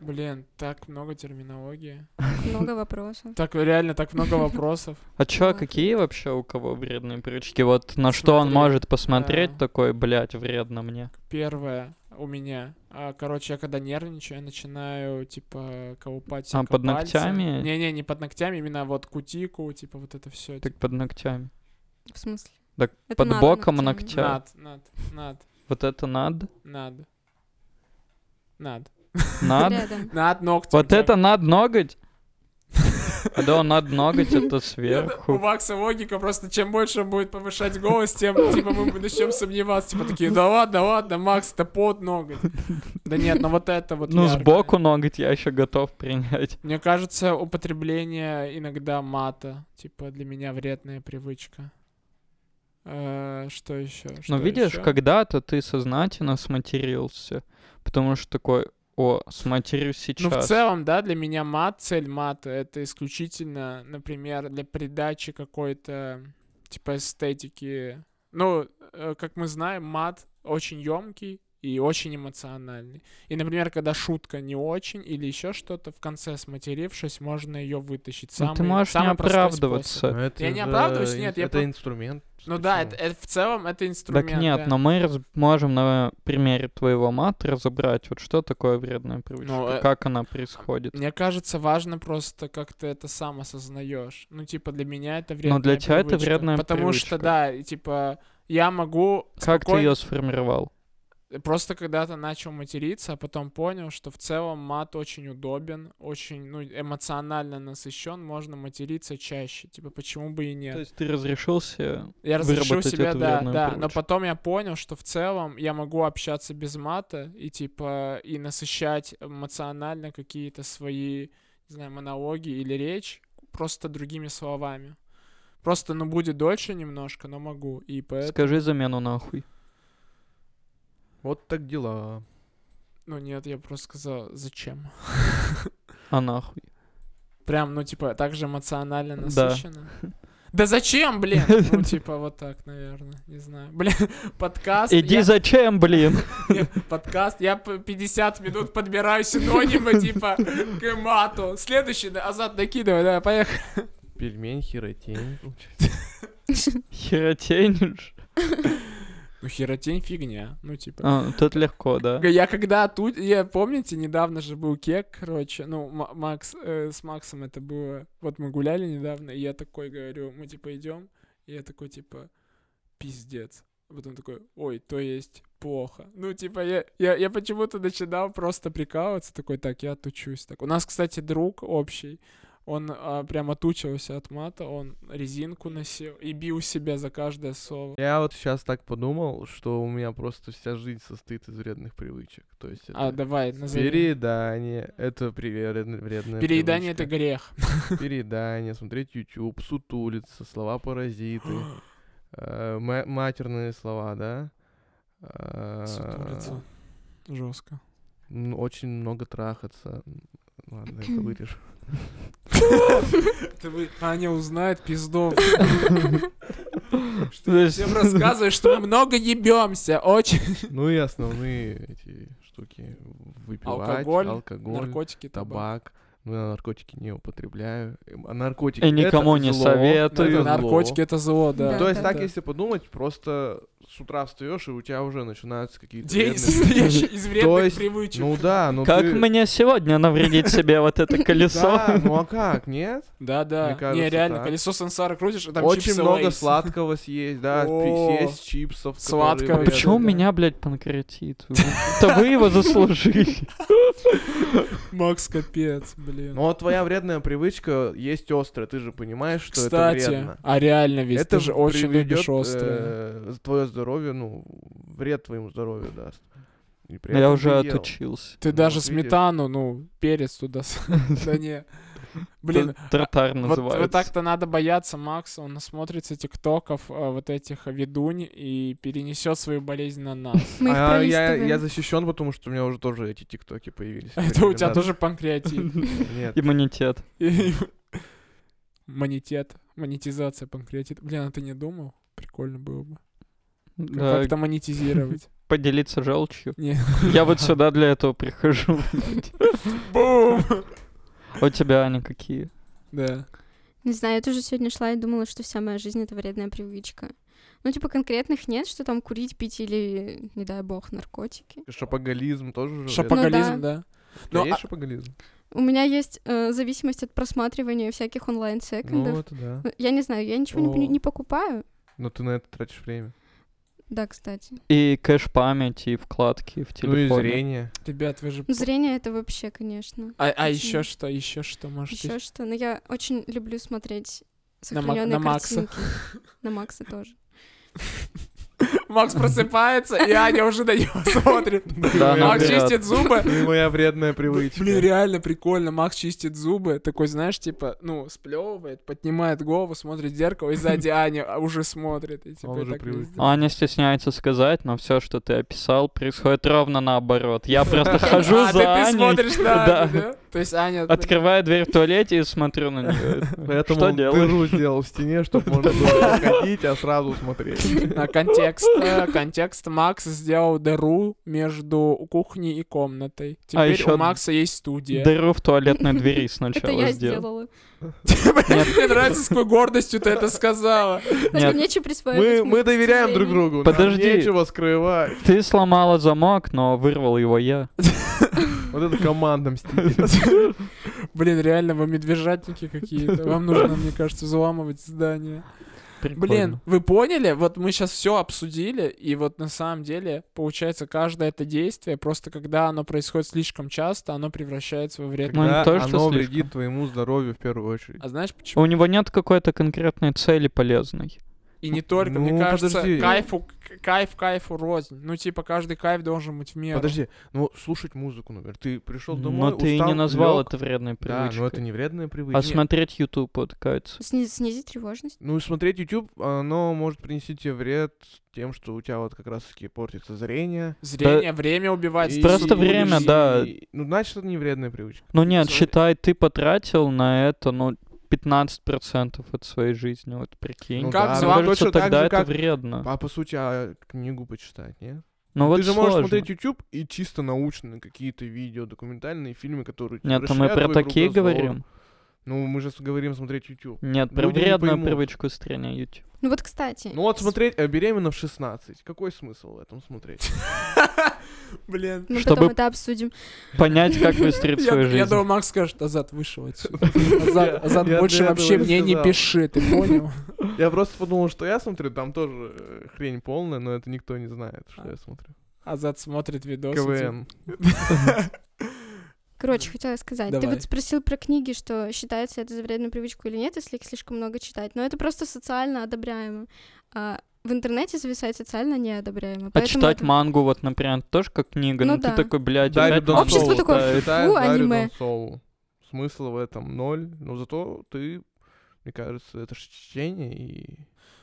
Блин, так много терминологии.
Много вопросов.
Так, реально, так много вопросов.
А чё,
Ладно.
какие вообще у кого вредные привычки? Вот на что он
Смотри,
может посмотреть
а.
такой, блядь, вредно мне?
Первое у меня. а, Короче, я когда нервничаю, я начинаю, типа, колупать
А, под ногтями?
Не-не, не под ногтями, именно вот кутику, типа, вот это все.
Так под ногтями.
В смысле?
Так
Это
под
надо
боком
ногтями.
ногтя.
типа, Над, над, над,
Вот это надо?
над. Над.
Над?
Рядом.
Над ногтем.
Вот это над ноготь? А да, он над ноготь, это
Это- Ну, У
сверху.
Макса логика, просто чем больше он будет повышать голос, тем типа мы начнем сомневаться. Типа такие, да ладно, ладно, Макс, это под ноготь. Да нет, но вот это вот
Ну,
яркое.
сбоку ноготь я еще готов принять.
Мне кажется, употребление иногда мата, типа, для меня вредная привычка. Э, Что еще?
Но Ну, видишь, когда-то ты сознательно сматерился, потому что такой, о, сматерюсь
Ну,
сейчас.
в целом, да, для меня мат, цель мата, это исключительно, например, для придачи какой-то, типа, эстетики. Ну, э, как мы знаем, мат очень емкий и очень эмоциональный. И, например, когда шутка не очень или еще что-то, в конце сматерившись, можно ее вытащить.
Ну,
Самый,
ты можешь не
самый простой способ.
оправдываться.
Но Ну, это
Я не
же
оправдываюсь,
ин-
нет, я
Это
про-
инструмент.
Ну да, это,
Почему?
это в целом это инструмент.
Так нет,
да.
но мы раз- можем на примере твоего мата разобрать, вот что такое вредная привычка,
э, ну,
как она происходит.
Мне кажется, важно просто, как ты это сам осознаешь. Ну, типа, для меня это вредная
Но для тебя это
привычка,
вредная
Потому что,
привычка.
да, и, типа, я могу...
Как ты
спокойно-
ее сформировал?
Просто когда-то начал материться, а потом понял, что в целом мат очень удобен, очень, ну, эмоционально насыщен, можно материться чаще. Типа, почему бы и нет?
То есть ты разрешился,
Я разрешил
выработать
себе,
эту
да,
вредную
да. Но
привычку.
потом я понял, что в целом я могу общаться без мата и типа и насыщать эмоционально какие-то свои, не знаю, монологи или речь просто другими словами. Просто, ну, будет дольше немножко, но могу. И поэтому...
скажи замену нахуй.
Вот так дела.
Ну, нет, я просто сказал, зачем?
А нахуй.
Прям, ну, типа, так же эмоционально
Да.
насыщенно. Да зачем, блин? Ну, типа, вот так, наверное. Не знаю. Блин, подкаст.
Иди
я-
зачем, блин?
Нет, подкаст, я п- 50 минут подбираю синонимы, типа, к мату. Следующий, да, Азат, накидывай, да, поехали.
Пельмень, херотень.
Херотенишь?
Ну, херотень фигня, ну, типа.
А, тут легко, да?
Я когда тут, я помните, недавно же был кек, короче, ну, М- Макс, э, с Максом это было, вот мы гуляли недавно, и я такой говорю, мы, типа, идем, и я такой, типа, пиздец. А потом такой, ой, то есть плохо. Ну, типа, я, я, я почему-то начинал просто прикалываться, такой, так, я отучусь. Так. У нас, кстати, друг общий, он а, прям отучился от мата, он резинку носил и бил себя за каждое слово.
Я вот сейчас так подумал, что у меня просто вся жизнь состоит из вредных привычек. То есть
А,
это
давай, назови.
переедание, это приве- вредная
Переедание — это
привычка.
грех.
Переедание, смотреть YouTube, сутулиться, слова-паразиты, э, ма- матерные слова, да? Э,
Сутулиться. Жестко.
м, Очень много трахаться. Ладно, это вырежу.
Аня узнает пиздов.
То есть-
Всем рассказывай, что мы много ебемся. Очень.
Ну и основные эти штуки. Выпивать,
Алкоголь,
алкоголь
Наркотики, табак.
табак. Ну, я наркотики не употребляю. Эм, А наркотики
И Э, никому
это
не
зло.
советую.
Это
Наркотики это зло, да.
То есть
Да.
так, если подумать, просто с утра встаешь, и у тебя уже начинаются какие-то
День
вредные-
состоящий из
То
вредных
есть,
привычек.
Ну да, ну
Как
ты-
мне сегодня навредить себе вот это
Да,
колесо?
ну а как, нет?
Да, да.
Мне
не,
кажется,
реально,
так.
колесо сансара крутишь, а там
Очень
чипсы
много
Лейс.
сладкого съесть, да,
О,
пи- съесть чипсов. которые
сладкого.
вредны,
Почему у
да.
меня, блядь, панкреатит? Это вы его заслужили.
Макс, капец, блин.
Ну вот твоя вредная привычка есть острая, ты же понимаешь, что это
Кстати,
вредно.
а реально ведь
это
ты же очень
приведёт,
любишь острые.
э, твое здоровье, ну, вред твоему здоровью даст. И при
Ну, Я
этом
уже
ты ел.
отучился.
Ты
ну,
даже
вот видишь.
сметану, ну, перец туда. с- Да не. Блин,
Т- Тартар
Вот, вот
называется.
так-то надо бояться Макса, он насмотрится тиктоков э, вот этих ведунь и перенесет свою болезнь на нас.
Мы их
А, я,
пролистываем.
я защищен, потому что у меня уже тоже эти тиктоки появились.
Это у тебя
Рекомендации.
тоже панкреатит.
Нет.
Иммунитет.
И- Монетет. Монетизация панкреатита. Блин, а ты не думал? Прикольно было бы.
Да,
Как-то монетизировать.
Поделиться желчью.
Не.
Я вот сюда для этого прихожу.
Бум!
А У тебя, Аня, какие?
Да.
Не знаю, я тоже сегодня шла и думала, что вся моя жизнь — это вредная привычка. Ну, типа, конкретных нет, что там курить, пить или, не дай бог, наркотики.
Шапоголизм тоже
Ну,
же. вредно.
Шапоголизм, да.
У тебя
Ну,
есть
а-
шапоголизм?
У меня есть э, зависимость от просматривания всяких
Ну,
онлайн-секондов.
это да.
Ну, Я не знаю, я ничего не,
О.
пони- не покупаю.
Но Ну, ты на это тратишь время.
Да, кстати.
И кэш памяти, и вкладки
Ну
в
и
телефоне.
зрение.
Ребят, вы же...
Ну, зрение — это вообще, конечно.
А, а
Очень.
еще что, еще что, может,
Еще что? Но я очень люблю смотреть
На Мак-
сохраненные
на Макса.
картинки. На Макса тоже.
Макс просыпается, и Аня уже на него смотрит.
Да, она
Макс
врет.
чистит зубы.
Ну и моя вредная привычка.
Блин, реально прикольно. Макс чистит зубы, такой, знаешь, типа, ну, сплевывает, поднимает голову, смотрит в зеркало, и сзади Аня а, уже смотрит. И, типа,
Он
и
уже
так
привык.
везде.
Аня стесняется А сказать, но все, что ты описал, происходит ровно наоборот. Я просто хожу
А, ты-
за
ты
Аней,
смотришь на Аню,
Да.
да? То есть Аня...
открываю дверь в туалете и смотрю на нее.
Поэтому
Что
он
делаешь?
дыру сделал в стене, чтобы можно было ходить, а сразу смотреть.
А, контекст, э, контекст. Макс сделал дыру между кухней и комнатой. Теперь
А ещё
у Макса есть студия.
Дыру в туалетной двери
Это
сначала
я
сделал.
сделала.
Мне нравится, с какой гордостью ты это сказала.
Мне
Нет,
нечего присваивать.
Мы, мы доверяем друг
другу.
другу. нам
Подожди.
Нечего скрывать.
ты сломала замок, но вырвал его я.
Вот это команда мститель.
Блин, реально, вы медвежатники какие-то. Вам нужно, мне кажется, взламывать здание. Блин,
Прикольно.
вы поняли? Вот мы сейчас все обсудили, и вот на самом деле, получается, каждое это действие, просто когда оно происходит слишком часто, оно превращается во вред.
Ну, не
Да,
то, что
оно
слишком.
вредит твоему здоровью в первую очередь.
А знаешь почему?
У него нет какой-то конкретной цели полезной.
И не только, мне
Ну,
кажется,
подожди.
кайфу, к- кайф, кайфу рознь. Ну, типа, каждый кайф должен быть в меру.
Подожди, ну слушать музыку, например. Ты пришел
Но
домой,
ты и
устал,
не назвал
лёг.
это вредной
Да, но это
привычкой.
не вредная привычка.
А смотреть YouTube, вот, кажется.
снизить тревожность.
Ну, и смотреть YouTube, оно может принести тебе вред тем, что у тебя вот как раз-таки портится зрение.
Зрение, время убивать.
и-
Просто время, да.
и- ну, значит, это не вредная привычка.
Ну нет,
Смотри.
считай, ты потратил на это, ну, 15% от своей жизни, вот прикинь.
Ну
Как
да,
звать?
Кажется,
точно так
тогда
же,
это
как-
вредно.
А по сути, а книгу почитать, нет?
Ну вот
ты же
сложно.
можешь смотреть YouTube и чисто научные какие-то видео, документальные фильмы, которые тебе
Нет, а мы
расширяют
про
твой
такие
кругозор.
говорим.
Ну, мы же с- говорим смотреть YouTube.
Нет, про
Люди не
вредную
поймут.
привычку стране YouTube.
Ну вот, кстати.
Ну вот смотреть э, беременна в 16. Какой смысл в этом смотреть?
Блин.
Мы
Чтобы-
потом это обсудим.
Понять, как выстроить
Я,
свою
я
жизнь.
думал, Макс скажет, Азат, вышел отсюда. Азат,
Я-
Азат
я
больше
для этого
вообще
и
мне не
сказал.
пиши, ты понял?
Я просто подумал, что я смотрю, там тоже э, хрень полная, но это никто не знает,
А.
что я смотрю.
Азат смотрит видосы. типа,
КВН.
Короче, хотела сказать. Ты
Давай.
вот спросил про книги, что считается это за вредную привычку или нет, если их слишком много читать. Но это просто социально одобряемо. А в интернете зависать социально неодобряемо.
А
Поэтому
читать
это-
мангу, вот, например, тоже как книга,
Ну
ну ты
да.
такой, блядь,
Дарью
опять мангу
Общество
Донцову.
читаешь.
такое, «Фу,
Читаю Дарью
аниме».
Донцову. Смысла в этом ноль, но зато ты, мне кажется, это ж чтение и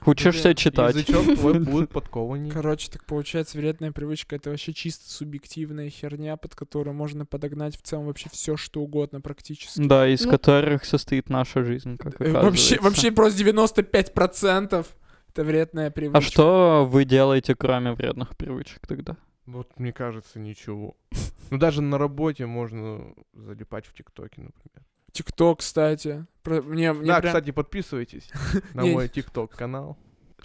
Учишься
Блин,
читать.
язычок твой будет подкованнее.
Короче, так получается, вредная привычка это вообще чисто субъективная херня, под которую можно подогнать в целом вообще все, что угодно практически.
Да, из
Ну-
которых состоит наша жизнь, как
Э, Вообще,
оказывается.
вообще просто 95% это вредная привычка.
А что вы делаете, кроме вредных привычек тогда?
Вот, мне кажется, ничего. Ну, даже на работе можно залипать в ТикТоке, например.
ТикТок, кстати. Про- Мне, мне
да,
прям-
кстати, подписывайтесь на
Не.
мой ТикТок-канал.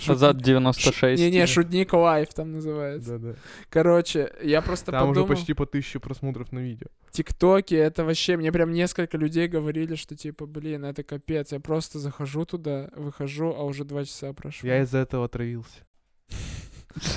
Назад 96.
Не-не,
или-
шутник лайф там называется.
Да-да.
Короче, я просто
Там уже
подумал,
почти по тысяче просмотров на видео.
тиктоки, это вообще, мне прям несколько людей говорили, что типа, блин, это капец, я просто захожу туда, выхожу, а уже два часа прошло.
Я из-за этого отравился.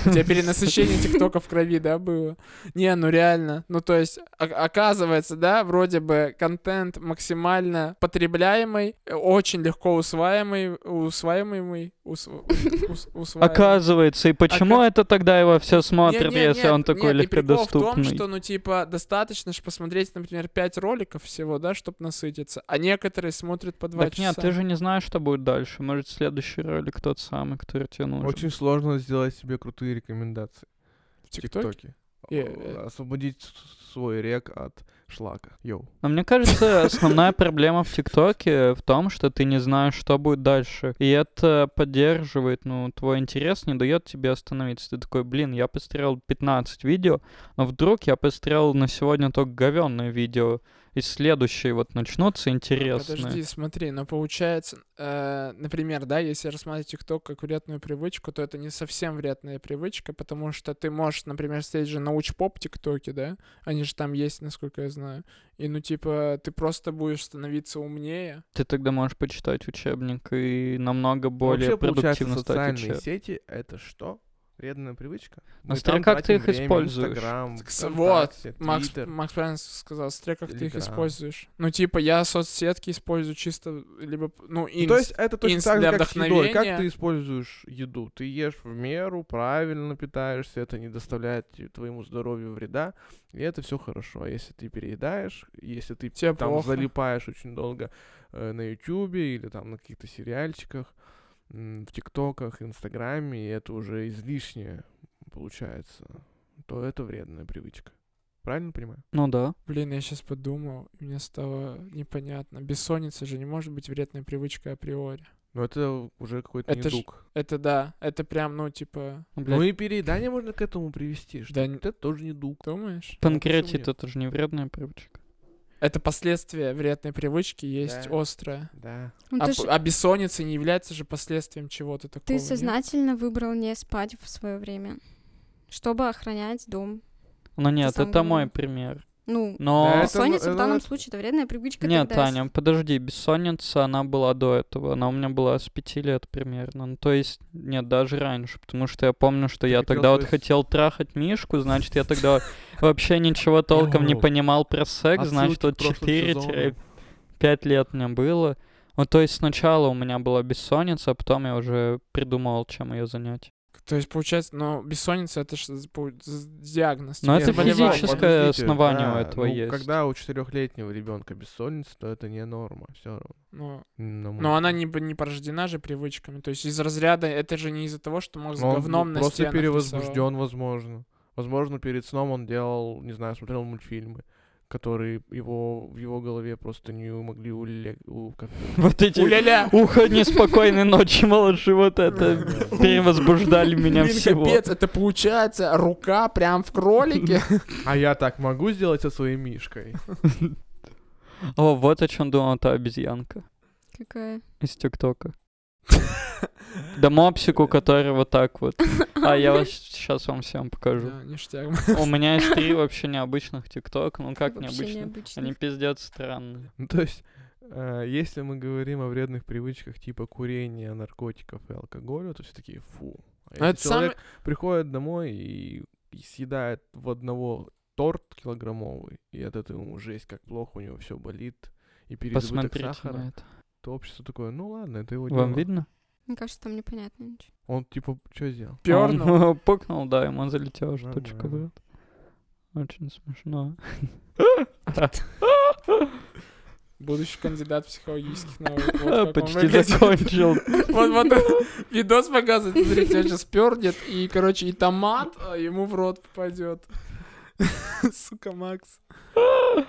У тебя перенасыщение ТикТока в крови, да, было? Не, ну реально. Ну то есть, о- оказывается, да, вроде бы контент максимально потребляемый, э, очень легко усваиваемый, усваиваемый, ус- ус- усваиваемый.
Оказывается, и почему
Ока-
это тогда его все смотрят,
Не-не-не,
если он
нет,
такой
и прикол в том,
легкодоступный?
что, ну, типа, достаточно же посмотреть, например, 5 роликов всего, да, чтобы насытиться, а некоторые смотрят по 2
Так
часа.
нет, ты же не знаешь, что будет дальше. Может, следующий ролик тот самый, который тебе нужен.
Очень сложно сделать себе крутые рекомендации
в
в
ТикТоке?
ТикТоке.
Э,
О, Освободить с- свой рек от шлака. Йоу.
Но мне кажется, основная проблема в ТикТоке в том, что ты не знаешь, что будет дальше. И это поддерживает, ну, твой интерес, не дает тебе остановиться. Ты такой, блин, я посмотрел 15 видео, но вдруг я посмотрел на сегодня только говенное видео, и следующие вот начнутся интересные.
Подожди, смотри, но получается, э, например, да, если рассматривать ТикТок как вредную привычку, то это не совсем вредная привычка, потому что ты можешь, например, встретить же научпоп ТикТоки, да, они же там есть, насколько я знаю, и ну типа ты просто будешь становиться умнее.
Ты тогда можешь почитать учебник и намного более
Вообще, получается,
продуктивно стать
социальные
учебником.
сети — это что? Вредная привычка?
На
Мы там
стриме как ты
тратим
их
время,
используешь?
Инстаграм,
Так с-
ВКонтакте,
Макс,
Твиттер.
Макс правильно сказал, смотри, как ты их
Телеграм.
используешь. Ну типа я соцсетки использую чисто либо ну
Ну,
инс.
То есть это точно
инст
так же,
для
как с едой. Как
вдохновения.
ты используешь еду? Ты ешь в меру, правильно питаешься, это не доставляет те- твоему здоровью вреда, и это все хорошо. А Если ты переедаешь, если ты
Тебе
там
плохо.
залипаешь очень долго э, на Ютубе или там на каких-то сериальчиках, м, в ТикТоках, Инстаграме, и это уже излишнее получается, то это вредная привычка. Правильно понимаю?
Ну да.
Блин, я сейчас подумал, и мне стало непонятно. Бессонница же не может быть вредной привычкой априори.
Но это уже какой-то
Это ж-
недуг.
Это да, это прям, ну, типа,
Ну, блядь,
Ну и переедание можно к этому привести, что
Да н-
это тоже недуг.
думаешь?
панкреатит это же не вредная привычка.
Это последствия вредной привычки есть
Да.
острое.
Да.
Ну,
а,
ты,
п-
ж-
а бессонница не является же последствием чего-то такого.
ты
нет?
сознательно выбрал не спать в свое время, чтобы охранять дом.
Но Ну нет,
самое
это мой
главное.
пример.
Ну,
Но...
это-
бессонница
ну,
в данном
это-
случае это вредная привычка.
Нет,
когда с-
Таня, подожди, бессонница, она была до этого. Она у меня была с пяти лет примерно. Ну, то есть, нет, даже раньше. Потому что я помню, что я
хотел
тогда вот
свой с-
хотел трахать Мишку, значит, я тогда вообще ничего толком не
Ё.
понимал про секс, значит, вот
Отсылки к прошлым
4
сезонам.
пять лет мне было. Ну, то есть сначала у меня была бессонница, а потом я уже придумал, чем ее занять.
То есть, получается, но бессонница это же диагноз.
Но
Тебе
это
заболевание.
физическое-
подождите,
основание у
да,
этого
ну,
есть.
Когда у четырехлетнего ребенка бессонница, то это не норма, все равно.
Ну,
На мой
Но она
взгляд.
не, п- не порождена же привычками. То есть из разряда это же не из-за того, что мозг
Но он
говном на
просто
стенах рисовал.
перевозбужден, возможно. Возможно, перед сном он делал, не знаю, смотрел мультфильмы, которые его в его голове просто не могли уле... у- как-
Вот эти...
Уля-ля!
Ухо, неспокойной ночи, малыши, вот это перевозбуждали меня
Блин,
всего.
капец, это получается рука прям в кролике.
А я так могу сделать со своей мишкой?
О, вот о чем думала та обезьянка
Какая?
из ТикТока. Да мопсику, который вот так вот. А я вас сейчас вам всем покажу.
Да, ништяк.
У меня есть три вообще необычных ТикТока. Ну как
Вообще
необычных?
необычно.
Они пиздец странные.
Ну, то есть, э, если мы говорим о вредных привычках типа курения, наркотиков и алкоголя, то все такие фу. А
Но
если
это самый-
человек приходит домой и, и съедает в одного торт килограммовый, и от этого ему жесть, как плохо, у него все болит, и переизбыток
Посмотрите
сахара,
на это.
то общество такое, ну ладно, это его
Вам
дело».
видно?
Мне кажется, там непонятно ничего.
Он типа, что сделал?
Пёрнул.
Он Пукнул, да, ему залетела штучка в
Нормально.
рот. Очень смешно.
Будущий кандидат психологических наук. Вот как он
Почти
выглядит.
закончил.
Вот, вот этот видос показывает, смотри, тебя сейчас пернет, и, короче, и томат а, ему в рот попадет. Сука, Макс.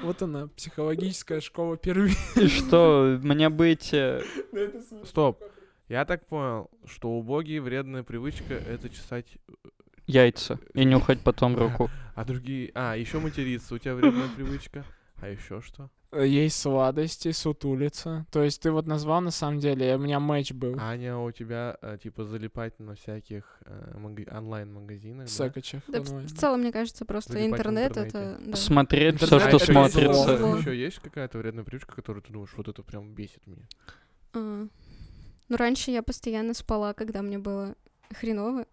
Вот она, психологическая школа первый.
И что, мне быть... э,
Стоп. Я так понял, что убогие вредная привычка это чесать,
яйца и нюхать потом руку.
а другие... А, еще материться у тебя вредная привычка. А еще что?
э, есть сладости, сутулица. То есть ты вот назвал на самом деле, и у меня матч был
Аня, у тебя, э, типа, залипать на всяких э, мага- онлайн-магазинах,
в
да?
Сакачах.
Да, в, в целом, мне кажется, просто
Залипать в
интернет это...
интернете.
да.
Смотреть
А
все,
Интернет
что
это зло.
смотрится.
Зло.
Еще есть какая-то вредная привычка, которую ты думаешь, вот это прям бесит меня?
А. Ну, раньше я постоянно спала, когда мне было хреново.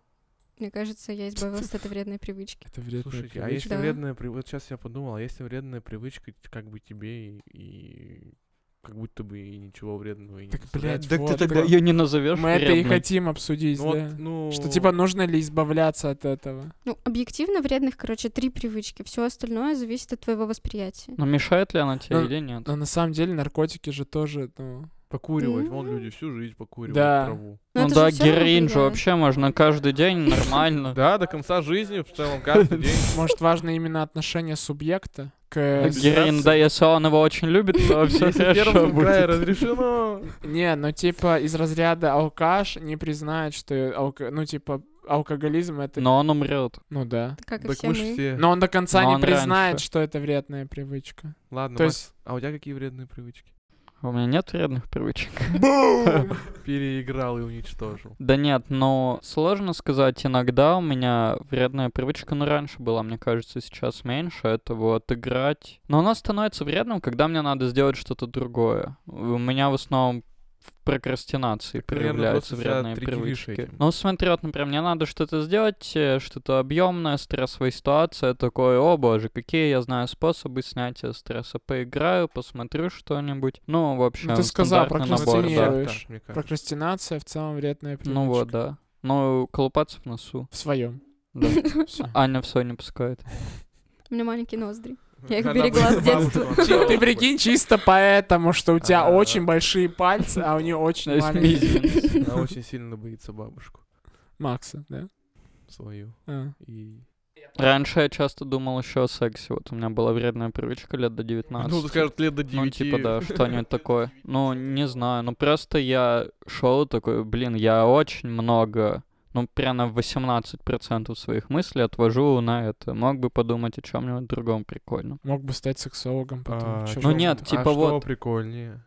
Мне кажется, я избавилась от этой вредной привычки.
Это вредная
Слушайте, а
привычка.
если
Да.
вредная привычка... Вот сейчас я подумал, а если вредная привычка, т- как бы тебе и... и как будто бы и ничего вредного и не
Так,
доставляет.
блядь,
Так ты
Вот,
тогда
да.
ее не назовешь
Мы это и
вредной?
хотим обсудить,
Ну вот,
да.
ну,
Что типа нужно ли избавляться от этого?
Ну, объективно вредных, короче, три привычки. Все остальное зависит от твоего восприятия.
Но Ну, мешает ли она тебе
Ну,
или нет?
Но на самом деле наркотики же тоже, ну,
покуривать, вон
М.
люди всю жизнь покуривают
Да.
траву.
Но
Ну
это
да,
всё равно
героин же
влияет.
вообще можно каждый день нормально.
Да, до конца жизни в целом каждый день.
Может, важно именно отношение субъекта к...
Без
Ну, Героин,
рации.
Э, да, если он его очень любит, то все
Если в
хорошо
Пермском крае
будет.
разрешено.
Не, ну типа из разряда алкаш не признает, что... алко- Ну типа алкоголизм это...
Но он умрет.
Ну да.
Как и
Так
все
мы ж
мы.
все.
Но он до конца
Но
не
он
признает,
раньше.
что это вредная привычка.
Ладно,
То
Макс,
есть-
а у тебя какие вредные привычки?
У меня нет вредных привычек.
Переиграл и уничтожил.
Да нет, но сложно сказать. Иногда у меня вредная привычка, ну, раньше была, мне кажется, сейчас меньше. Это вот играть. Но она становится вредным, когда мне надо сделать что-то другое. У меня в основном в прокрастинации
Ты примерно
проявляются
просто себя
вредные
триггеришь
привычки.
этим.
Ну, смотри, вот, например, мне надо что-то сделать, э, что-то объемное, стрессовая ситуация, такое, о боже, какие я знаю способы снятия стресса. Поиграю, посмотрю что-нибудь. Ну, в общем,
Ну, ты сказал,
стандартный набор, да.
прокрастинировать.
Так, мне кажется.
Прокрастинация в целом вредная привычка.
Ну вот, да. Ну, колупаться в носу.
В своем.
Да.
Всё.
Аня в сон не пускает.
У меня маленькие ноздри. Я их
Она
берегла
бы
с детства.
а
бабушку отдала
Ты
бы.
прикинь, чисто поэтому, что у тебя
Ага.
очень большие пальцы, а у нее очень
Знаешь,
маленькие.
мизинец.
Она очень сильно боится бабушку
Макса, да?
свою.
А.
И...
Раньше я часто думал еще о сексе. Вот у меня была вредная привычка лет до 19.
Ну, скажут, лет до
А, Ну,
девяти.
типа, да, что-нибудь такое. Ну, не знаю, ну просто я шел и такой, блин, я очень много, ну, прямо 18% своих мыслей отвожу на это. Мог бы подумать о чем-нибудь другом прикольном.
Мог бы стать сексологом потом.
А,
Чё
чё
Ну
бы.
нет,
А
типа
что
вот.
прикольнее?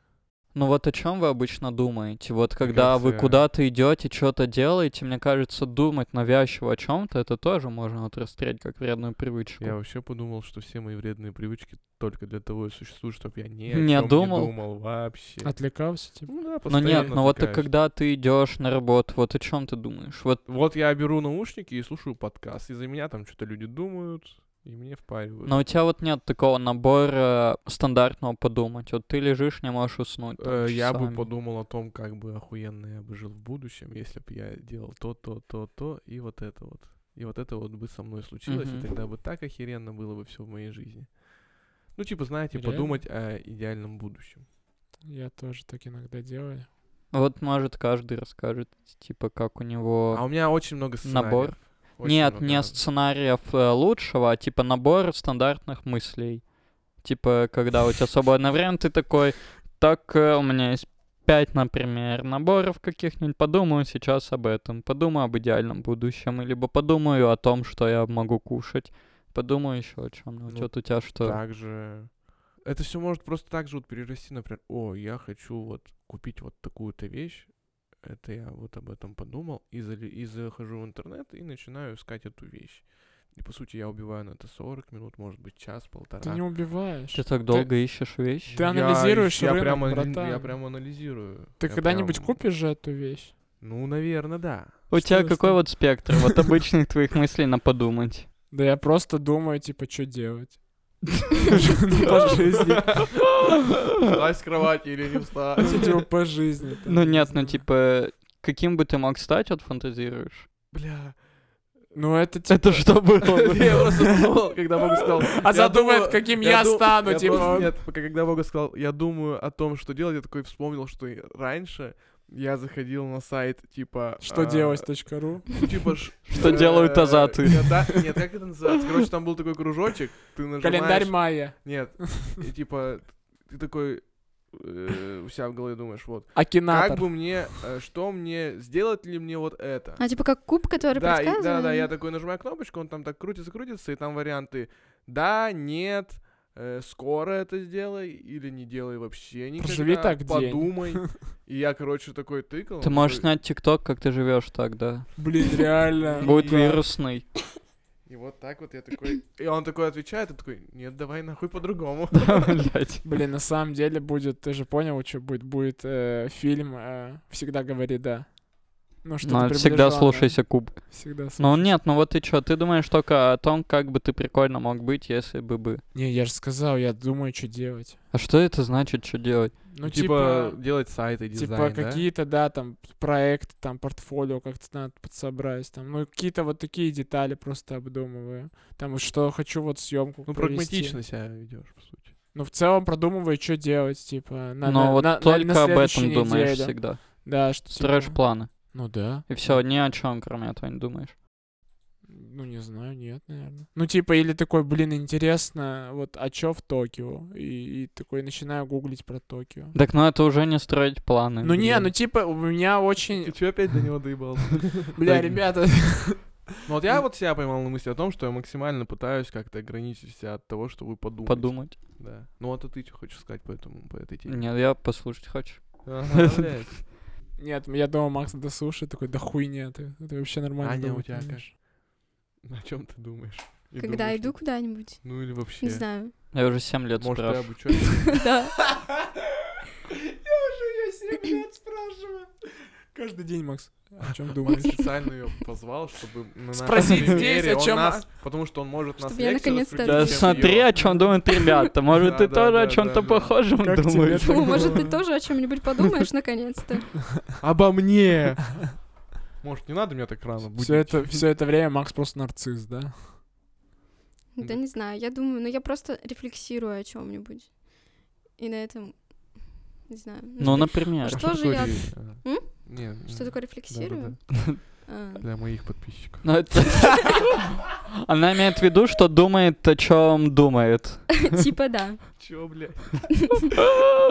Ну вот о чем вы обычно думаете? Вот когда вы
кажется,
куда-то идете, что-то делаете, мне кажется, думать навязчиво о чем-то, это тоже можно вот расстрелять как вредную привычку.
Я вообще подумал, что все мои вредные привычки только для того и существуют, чтобы я ни о
Не
чём
думал. А
не думал вообще.
Отвлекался, типа.
Ну да,
Ну нет,
постоянно
ну вот ты
такая же.
когда ты идешь на работу, вот о чем ты думаешь? Вот
Вот я беру наушники и слушаю подкаст. Из-за меня там что-то люди думают, и мне впаривают.
Но ну у тебя вот нет такого набора стандартного подумать. Вот ты лежишь, не можешь уснуть. там,
Э, Я бы
часами.
подумал о том, как бы охуенно я бы жил в будущем, если бы я делал то, то, то, то и вот это вот. И вот это вот бы со мной случилось,
Мгм.
и тогда бы так охеренно было бы все в моей жизни. Ну, типа, знаете,
Реально?
подумать о идеальном будущем.
Я тоже так иногда делаю.
Вот может каждый расскажет, типа, как у него...
А у меня очень много сценариев.
Набор?
Очень
нет,
много
не
набор.
сценариев э, лучшего, а типа набор стандартных мыслей. Типа, когда у тебя свободное время, ты такой, так, э, у меня есть пять, например, наборов каких-нибудь, подумаю сейчас об этом, подумаю об идеальном будущем, и либо подумаю о том, что я могу кушать, подумаю еще о чем-нибудь.
Ну,
вот у тебя что?
Также... Это все может просто так же вот перерасти, например, о, я хочу вот купить вот такую-то вещь, это я вот об этом подумал, и, зали- и захожу в интернет и начинаю искать эту вещь. И, по сути, я убиваю на это 40 минут, может быть, час-полтора.
Ты не убиваешь.
Ты так долго ищешь вещи?
Ты анализируешь
я, ищ-
рынок,
я прям, анали- я
братан.
прям анализирую.
Ты
Я
когда-нибудь
прям-
купишь же эту вещь?
Ну, наверное, да.
У
Что
тебя
за
какой
стыд?
вот спектр вот обычных твоих мыслей на подумать?
Да я просто думаю, типа, что делать. Ну, По жизни.
Встать с кровати или не
Ну,
встать?
типа, по жизни. там,
Ну
не
нет, ну
знаю.
типа, каким бы ты мог стать, вот фантазируешь?
Бля.
Ну это типа...
Это что было?
Я просто думал, когда Бог сказал...
А
«Я
задумает,
думаю-
каким я
ду-
стану,
я
типа,
просто-
он-
Нет, пока- когда Бога сказал, я думаю о том, что делать, я такой вспомнил, что и раньше я заходил на сайт, типа...
Что
а,
делать.ру?
ну, Типа... ш-
Что
э,
делают азаты.
я да- Нет, как это называется? Короче, там был такой кружочек, ты нажимаешь...
Календарь майя.
Нет, и типа ты такой э, у себя в голове думаешь, вот, как
Акинатор.
бы мне, э, что мне, сделать ли мне вот это?
А типа как куб, который
Да, и-
предсказывает?
да, да, я такой нажимаю кнопочку, он там так крутится, крутится, и там варианты да, нет, э, скоро это сделай или не делай вообще никогда.
Проживи так день.
Подумай. И я, короче, такой тыкал.
Ты
он
можешь
такой-
снять ТикТок, как ты живешь так, да.
Блин, реально.
Будет
Да.
вирусный.
И вот так вот я такой... И он такой отвечает, и такой, нет, давай нахуй по-другому.
Ну,
Да, блядь.
Блин, на самом деле будет, ты же понял, что будет, будет э, фильм э, «Всегда говори да». Ну, что
Ну, всегда слушайся куб.
Всегда слушайся.
Ну нет, ну вот ты чё, ты думаешь только о том, как бы ты прикольно мог быть, если бы бы.
Не, я же сказал, я думаю, что делать.
А что это значит, что делать?
Ну, типа,
делать сайты,
типа
дизайн, да?
какие-то, да, там, проекты, там, портфолио как-то надо подсобрать, там, ну, какие-то вот такие детали просто обдумываю. Там, вот что хочу вот съемку
Ну,
провести.
прагматично себя ведешь, по сути.
Ну, в целом продумываю, что делать, типа, на,
Но
на-
Ну, а вот
на- на- на
только об этом
следующей
думаешь
неделе.
всегда.
Да, что,
Строишь
типа,
планы.
Ну, да.
И все, ни о чем, кроме этого, не думаешь.
Ну, не знаю, нет, наверное. Ну, типа, или такой, блин, интересно, вот, а чё в Токио? И, и такой начинаю гуглить про Токио.
Так ну это уже не строить планы.
Ну, не,
блин.
ну, типа, у меня
Ты
очень...
че опять до него доебался?
Бля,
так-
ребята,
Ну вот я вот себя поймал на мысли о том, что я максимально пытаюсь как-то ограничить себя от того, что вы подумаете.
подумать.
Да. Ну вот а ты что хочешь сказать по, этому, по этой
типа.
теме?
Нет, я послушать хочу.
Ага, блядь.
Нет, я дома Макс дослушает, такой, да хуйня ты, ты вообще нормально
Аня, у
думать
тебя
не умеешь».
О чем ты думаешь? И
Когда
думаешь
иду
ли?
куда-нибудь,
Ну или вообще.
не знаю.
Я уже 7 лет
Может, ты
спрашиваю.
об учёбе?
Да.
Я уже ее 7 лет спрашиваю. Каждый день, Макс, о чем
Он
думаешь?
специально ее позвал, чтобы на нашем
Спросить здесь,
примере
о
он
чём
нас, потому что он может нас
Чтобы я
легче
наконец-то
рассудить,
Да
чем
Зачем
смотри,
её.
о чем думают ребята. Может,
Да,
ты
да,
тоже о
да,
чем-то
да.
похожем
Как тебе
думаешь.
так?
Фу, может, ты тоже о чем-нибудь подумаешь наконец-то.
Обо мне. Может, не надо меня так рано будить?
Все это, все это время Макс просто нарцисс, да?
Да не знаю, я думаю, но я просто рефлексирую о чем-нибудь. И на этом, не знаю.
Ну,
что-
например.
что же я- М?
Нет.
Что такое рефлексирую? А.
Для моих подписчиков.
Ну, это- Она имеет в виду, что думает, о чем думает.
Типа да.
Чё, блядь?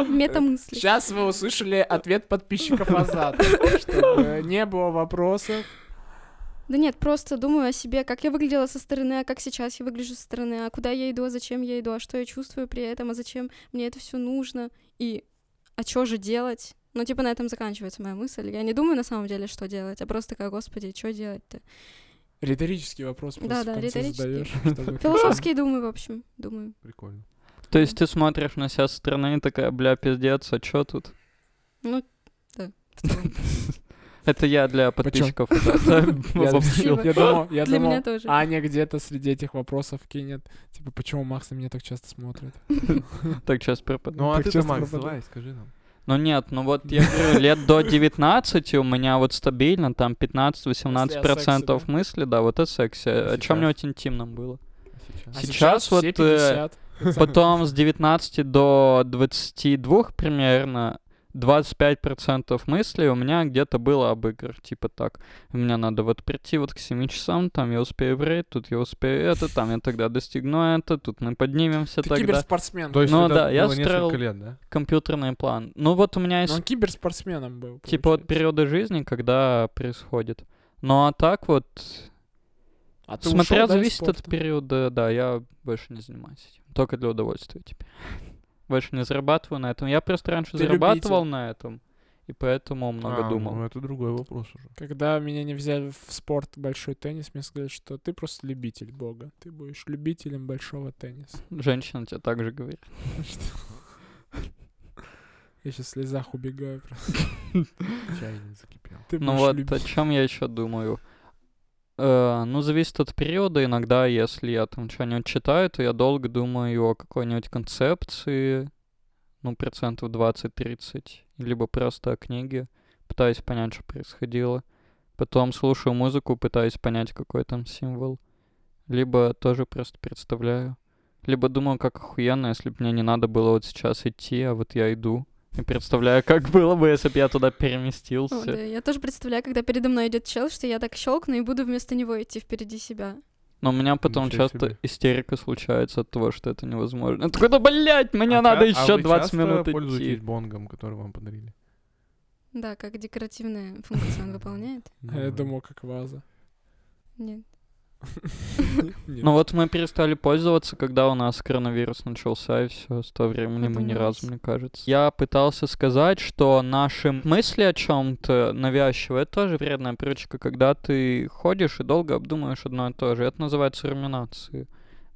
Метамысли.
Сейчас вы услышали ответ подписчиков Азат, чтобы не было вопросов.
Да нет, просто думаю о себе, как я выглядела со стороны, а как сейчас я выгляжу со стороны, а куда я иду, а зачем я иду, а что я чувствую при этом, а зачем мне это все нужно, и а что же делать? Ну, типа, на этом заканчивается моя мысль. Я не думаю на самом деле, что делать, а просто такая, господи, что делать-то?
Риторический вопрос просто
Да-да,
в конце
риторический.
задаешь. чтобы-
Философские думы, в общем, думаю.
Прикольно.
То есть ты смотришь на себя со стороны и такая, бля, пиздец, а чё тут?
Ну,
в целом.
Это я для подписчиков. это
А Я-
обобщил.
Я думал, я
Для
думал, а
меня тоже.
Аня где-то среди этих вопросов кинет. Типа, почему Макс на меня так часто смотрит?
Так сейчас пропаду.
Ну, а
Так
ты,
часто
Макс,
пропадает.
давай, скажи нам.
Ну нет, ну вот я говорю, лет до 19 у меня вот стабильно там 15-18%
Мысли о сексе, да?
процентов мысли, да, вот о сексе.
А
О чем
сейчас?
мне очень интимном было.
Сейчас.
А
Сейчас вот,
все
э,
50.
Потом с 19 до 22 примерно 25% мыслей у меня где-то было об играх, типа так. Мне надо вот прийти вот к 7 часам, там я успею в рейд, тут я успею это, там я тогда достигну это, тут мы поднимемся
Ты
тогда.
киберспортсмен.
То есть
Ну
это
да, я
было несколько
строил-
лет, да?
Компьютерный план. Ну вот у меня
Но
есть
он киберспортсменом был.
типа вот
получается.
периоды жизни, когда происходит. Ну а так вот,
А ты
смотря
ушёл, да, из
зависит от
спорта?
периода, да, я больше не занимаюсь этим. Только для удовольствия теперь. больше не зарабатываю на этом. Я просто раньше
Ты
зарабатывал на этом, и поэтому много
А,
думал.
Ну, это другой вопрос уже.
Когда меня не взяли в спорт большой теннис, мне сказали, что ты просто любитель бога. Ты будешь любителем большого тенниса.
Женщина тебе также говорит.
Я сейчас в слезах убегаю. просто.
Чайник закипел.
Ты
Ну
будешь
вот, о
любить.
чем я еще думаю. Э, ну, зависит от периода. Иногда, если я там что-нибудь читаю, то я долго думаю о какой-нибудь концепции, ну, процентов 20-30, либо просто о книге, пытаюсь понять, что происходило. Потом слушаю музыку, пытаюсь понять, какой там символ. Либо тоже просто представляю. Либо думаю, как охуенно, если бы мне не надо было вот сейчас идти, а вот я иду. И представляю, как было бы, если бы я туда переместился.
О, да, я тоже представляю, когда передо мной идет чел, что я так щелкну и буду вместо него идти впереди себя.
Но у меня потом
Ничего
часто
себе.
истерика случается от того, что это невозможно. Я такой, да блядь, мне
А
надо
ча- а
еще
вы
20
часто
минут
пользуетесь
идти.
бонгом, который вам подарили?
Да,
Ну
как декоративная функция он выполняет.
А Я думал, как ваза.
Нет.
Нет.
Ну вот мы перестали пользоваться, когда у нас коронавирус начался, и все, с того времени мы ни разу,
Одумались.
мне кажется. Я пытался сказать, что наши мысли о чем-то навязчивое, это тоже вредная привычка, когда ты ходишь и долго обдумываешь одно и то же. Это называется руминацией.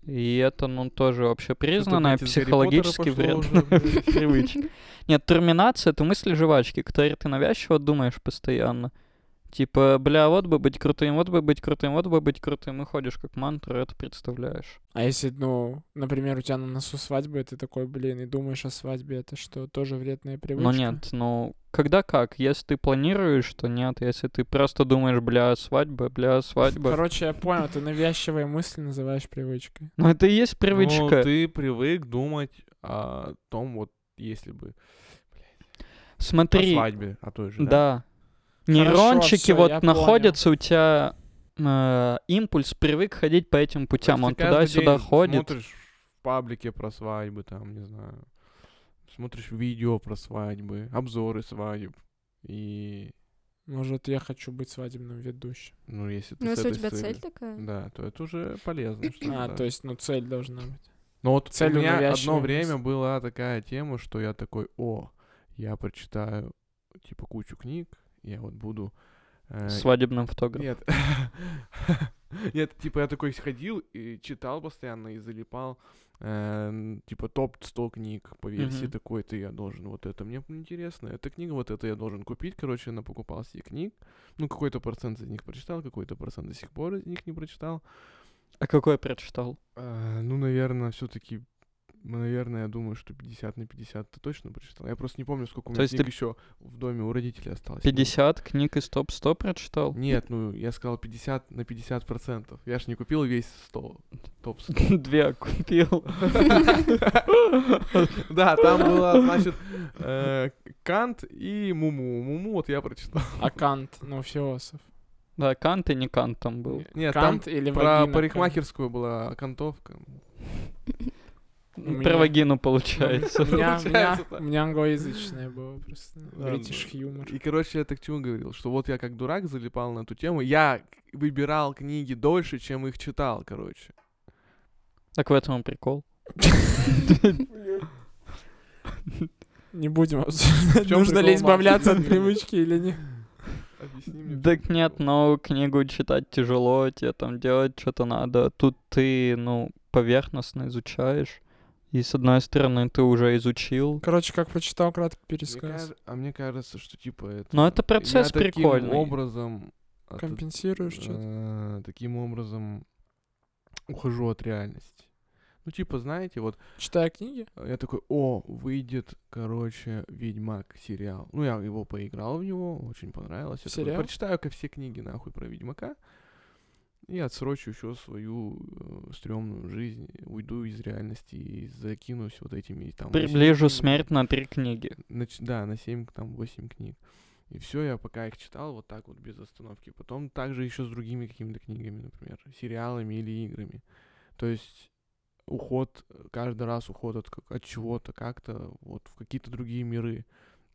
И это, ну, тоже общепризнанная
Что-то, блядь, из Гарри
психологически
Поттера пошло
вредная
уже, блядь.
привычка. Нет, терминация — это мысли жвачки, которые ты навязчиво думаешь постоянно. Типа, бля, вот бы быть крутым, вот бы быть крутым, вот бы быть крутым, и ходишь как мантру, это представляешь.
А если, ну, например, у тебя на носу свадьба, и ты такой, блин, и думаешь о свадьбе, это что, тоже вредная привычка?
Ну нет, ну, когда как? Если ты планируешь, то нет. Если ты просто думаешь, бля, свадьба, бля, свадьба.
Короче, я понял, ты навязчивые мысли называешь привычкой.
Ну это и есть
Ну,
привычка.
ты привык думать о том, вот, если бы о
Смотри,
свадьбе, о той же, да?
Да.
Хорошо,
Нейрончики
всё, я
вот
понял.
находятся у тебя э, импульс привык ходить по этим
То есть
путям.
ты
Он
каждый
туда-сюда
день
ходит.
Смотришь в паблике про свадьбы, там, не знаю, смотришь видео про свадьбы, обзоры свадеб. И,
Может, Ну, я хочу быть свадебным ведущим.
ну, если ты
Ну,
с
если у
этой
тебя цель
целью-
такая.
Да, то это уже полезно. что
А,
да.
то есть, ну, цель должна быть.
Но Ну, вот у
целью
меня одно
навязчивая
время
мысль.
была такая тема, что я такой, о, я прочитаю, типа, кучу книг, я вот буду... э,
Свадебным фотографом.
Нет. Нет, типа я такой сходил и читал постоянно и залипал. э, н- типа топ-100 книг по версии
Мгм.
такой-то я должен вот это. Мне интересно. Эта книга, вот это я должен купить. Короче, она покупал себе книг. Ну, какой-то процент из них прочитал, какой-то процент до сих пор из них не прочитал.
А какой прочитал?
Э, ну, наверное, все-таки наверное, я думаю, что 50 на 50 ты точно прочитал. Я просто не помню, сколько у
То
меня
есть
книг
ты-
еще в доме у родителей осталось. Не-
50 книг из топ-100 прочитал?
Нет, ну я сказал 50 на 50 процентов. Я ж не купил весь 100, топ 100.
Две купил.
Да, там была, значит, э, Кант и Муму. Муму вот я прочитал.
А Кант, ну, философ.
Да, Кант и не Кант там был.
Нет, там
Кант или
про
вагина
парикмахерскую была а, кантовка.
Кант? У
Про
меня-
вагину
у меня-
Ну, получается.
У меня-
Получается
у
так.
меня англоязычное было просто.
Да,
Бритиш
ну,
юмор.
И, короче, я так к чему говорил, что вот я как дурак залипал на эту тему. Я выбирал книги дольше, чем их читал, короче.
Так в этом и прикол.
Не будем обсуждать,
чём
нужно ли
прикол, Макс?
избавляться от привычки или нет.
Объясни мне. в чём
Так нет, ну,
прикол.
но книгу читать тяжело, тебе там делать что-то надо. Тут ты, ну, поверхностно изучаешь. И с одной стороны ты уже изучил.
Короче, как прочитал, краткий
Мне
пересказ.
каж- А мне кажется, что типа это...
Но это процесс
я таким
прикольный.
образом... от-
Компенсируешь что-то?
а э, Таким образом ухожу от реальности. Ну, типа, знаете, вот
Читая книги?
э, я такой, о, выйдет, короче, Ведьмак сериал. Ну, я его поиграл в него, очень понравилось. Я такой,
Сериал?
Прочитаю-ка все книги нахуй про Ведьмака. И отсрочу еще свою э, стрёмную жизнь, уйду из реальности и закинусь вот этими там... восемью
Приближу
книгами».
смерть на три книги.
Э, На ч- да, на 7, там, 8 книг. И все, я пока их читал вот так вот без остановки. Потом также еще с другими какими-то книгами, например, сериалами или играми. То есть уход, э, каждый раз уход от, как- от чего-то как-то вот в какие-то другие миры.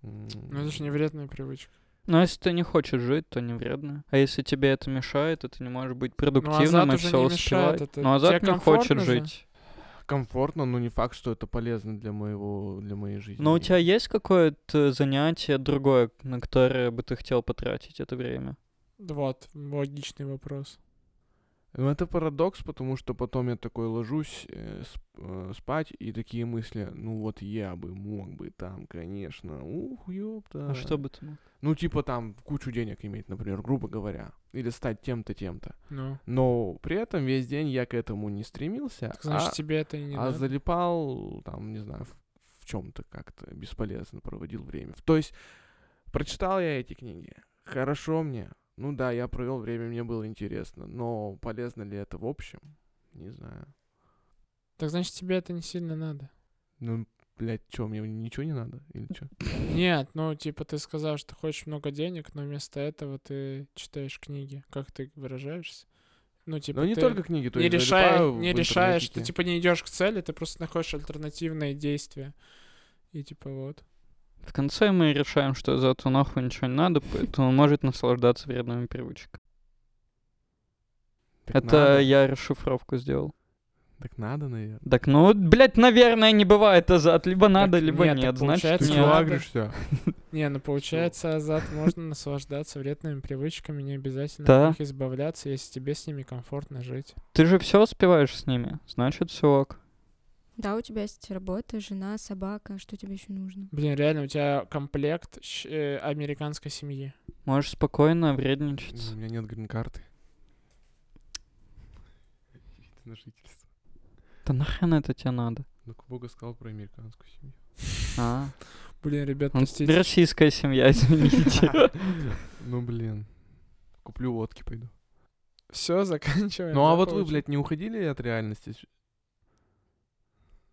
М,
Ну, это же не вредная привычка.
Но если ты не хочешь жить, то не вредно. А если тебе это мешает, и ты не можешь быть продуктивным
Ну, а азарт
и
уже
все
не
успевать.
мешает, это
Но азарт
тебе
не хочет
комфортно же.
жить.
Комфортно, но не факт, что это полезно для моего, для моей жизни.
Но у тебя есть какое-то занятие другое, на которое бы ты хотел потратить это время?
Да Вот, логичный вопрос.
Ну, это парадокс, потому что потом я такой ложусь э, сп- э, спать, и такие мысли, ну вот я бы мог бы там, конечно, ух,
Ну,
ёпта.
Э,
А что бы ты мог?
Ну, типа там кучу денег иметь, например, грубо говоря, или стать тем-то, тем-то.
Ну,
Но при этом весь день я к этому не стремился,
так значит,
а,
тебе это и не
а
надо.
залипал там, не знаю, в, чем то как-то бесполезно проводил время. То есть прочитал я эти книги, хорошо мне, ну да, я провел время, мне было интересно, но полезно ли это в общем, не знаю.
Так значит, тебе это не сильно надо.
Ну, блядь, что, мне ничего не надо или что?
Нет, ну, типа, ты сказал, что ты хочешь много денег, но вместо этого ты читаешь книги. Как ты выражаешься? Ну, типа,
ну не
ты
только книги, то
не,
есть
решая-
залипаю
не
в
решаешь, ты,
интернетике.
типа, не идешь к цели, ты просто находишь альтернативные действия. И, типа, вот.
В конце мы решаем, что из этого нахуй ничего не надо, поэтому он может наслаждаться вредными привычками.
Так
Это
надо.
я расшифровку сделал.
Так надо, наверное.
Так, ну, блядь, наверное, не бывает азат. Либо надо,
Так
либо
нет,
нет.
так
Значит,
получается,
Ты
не
нет.
чего
надо.
агришь всё?
Не, ну получается, азат можно наслаждаться вредными привычками, не обязательно
Да.
от них избавляться, если тебе с ними комфортно жить.
Ты же все успеваешь с ними. Значит, все ок.
Да, у тебя есть работа, жена, собака, что тебе еще нужно?
Блин, реально, у тебя комплект щ- э, американской семьи.
Можешь спокойно
Ну, У
вредничать.
меня нет грин-карты. Вид на жительство.
Да нахрен это тебе надо?
Ну, Бога сказал про американскую семью.
А.
Блин, ребят,
Он-
простите.
Российская семья, извините.
Ну, блин. Куплю водки, пойду.
Все, заканчиваем.
Ну, а
да,
Ну, вот вы,
получается?
блядь, не уходили от реальности? С-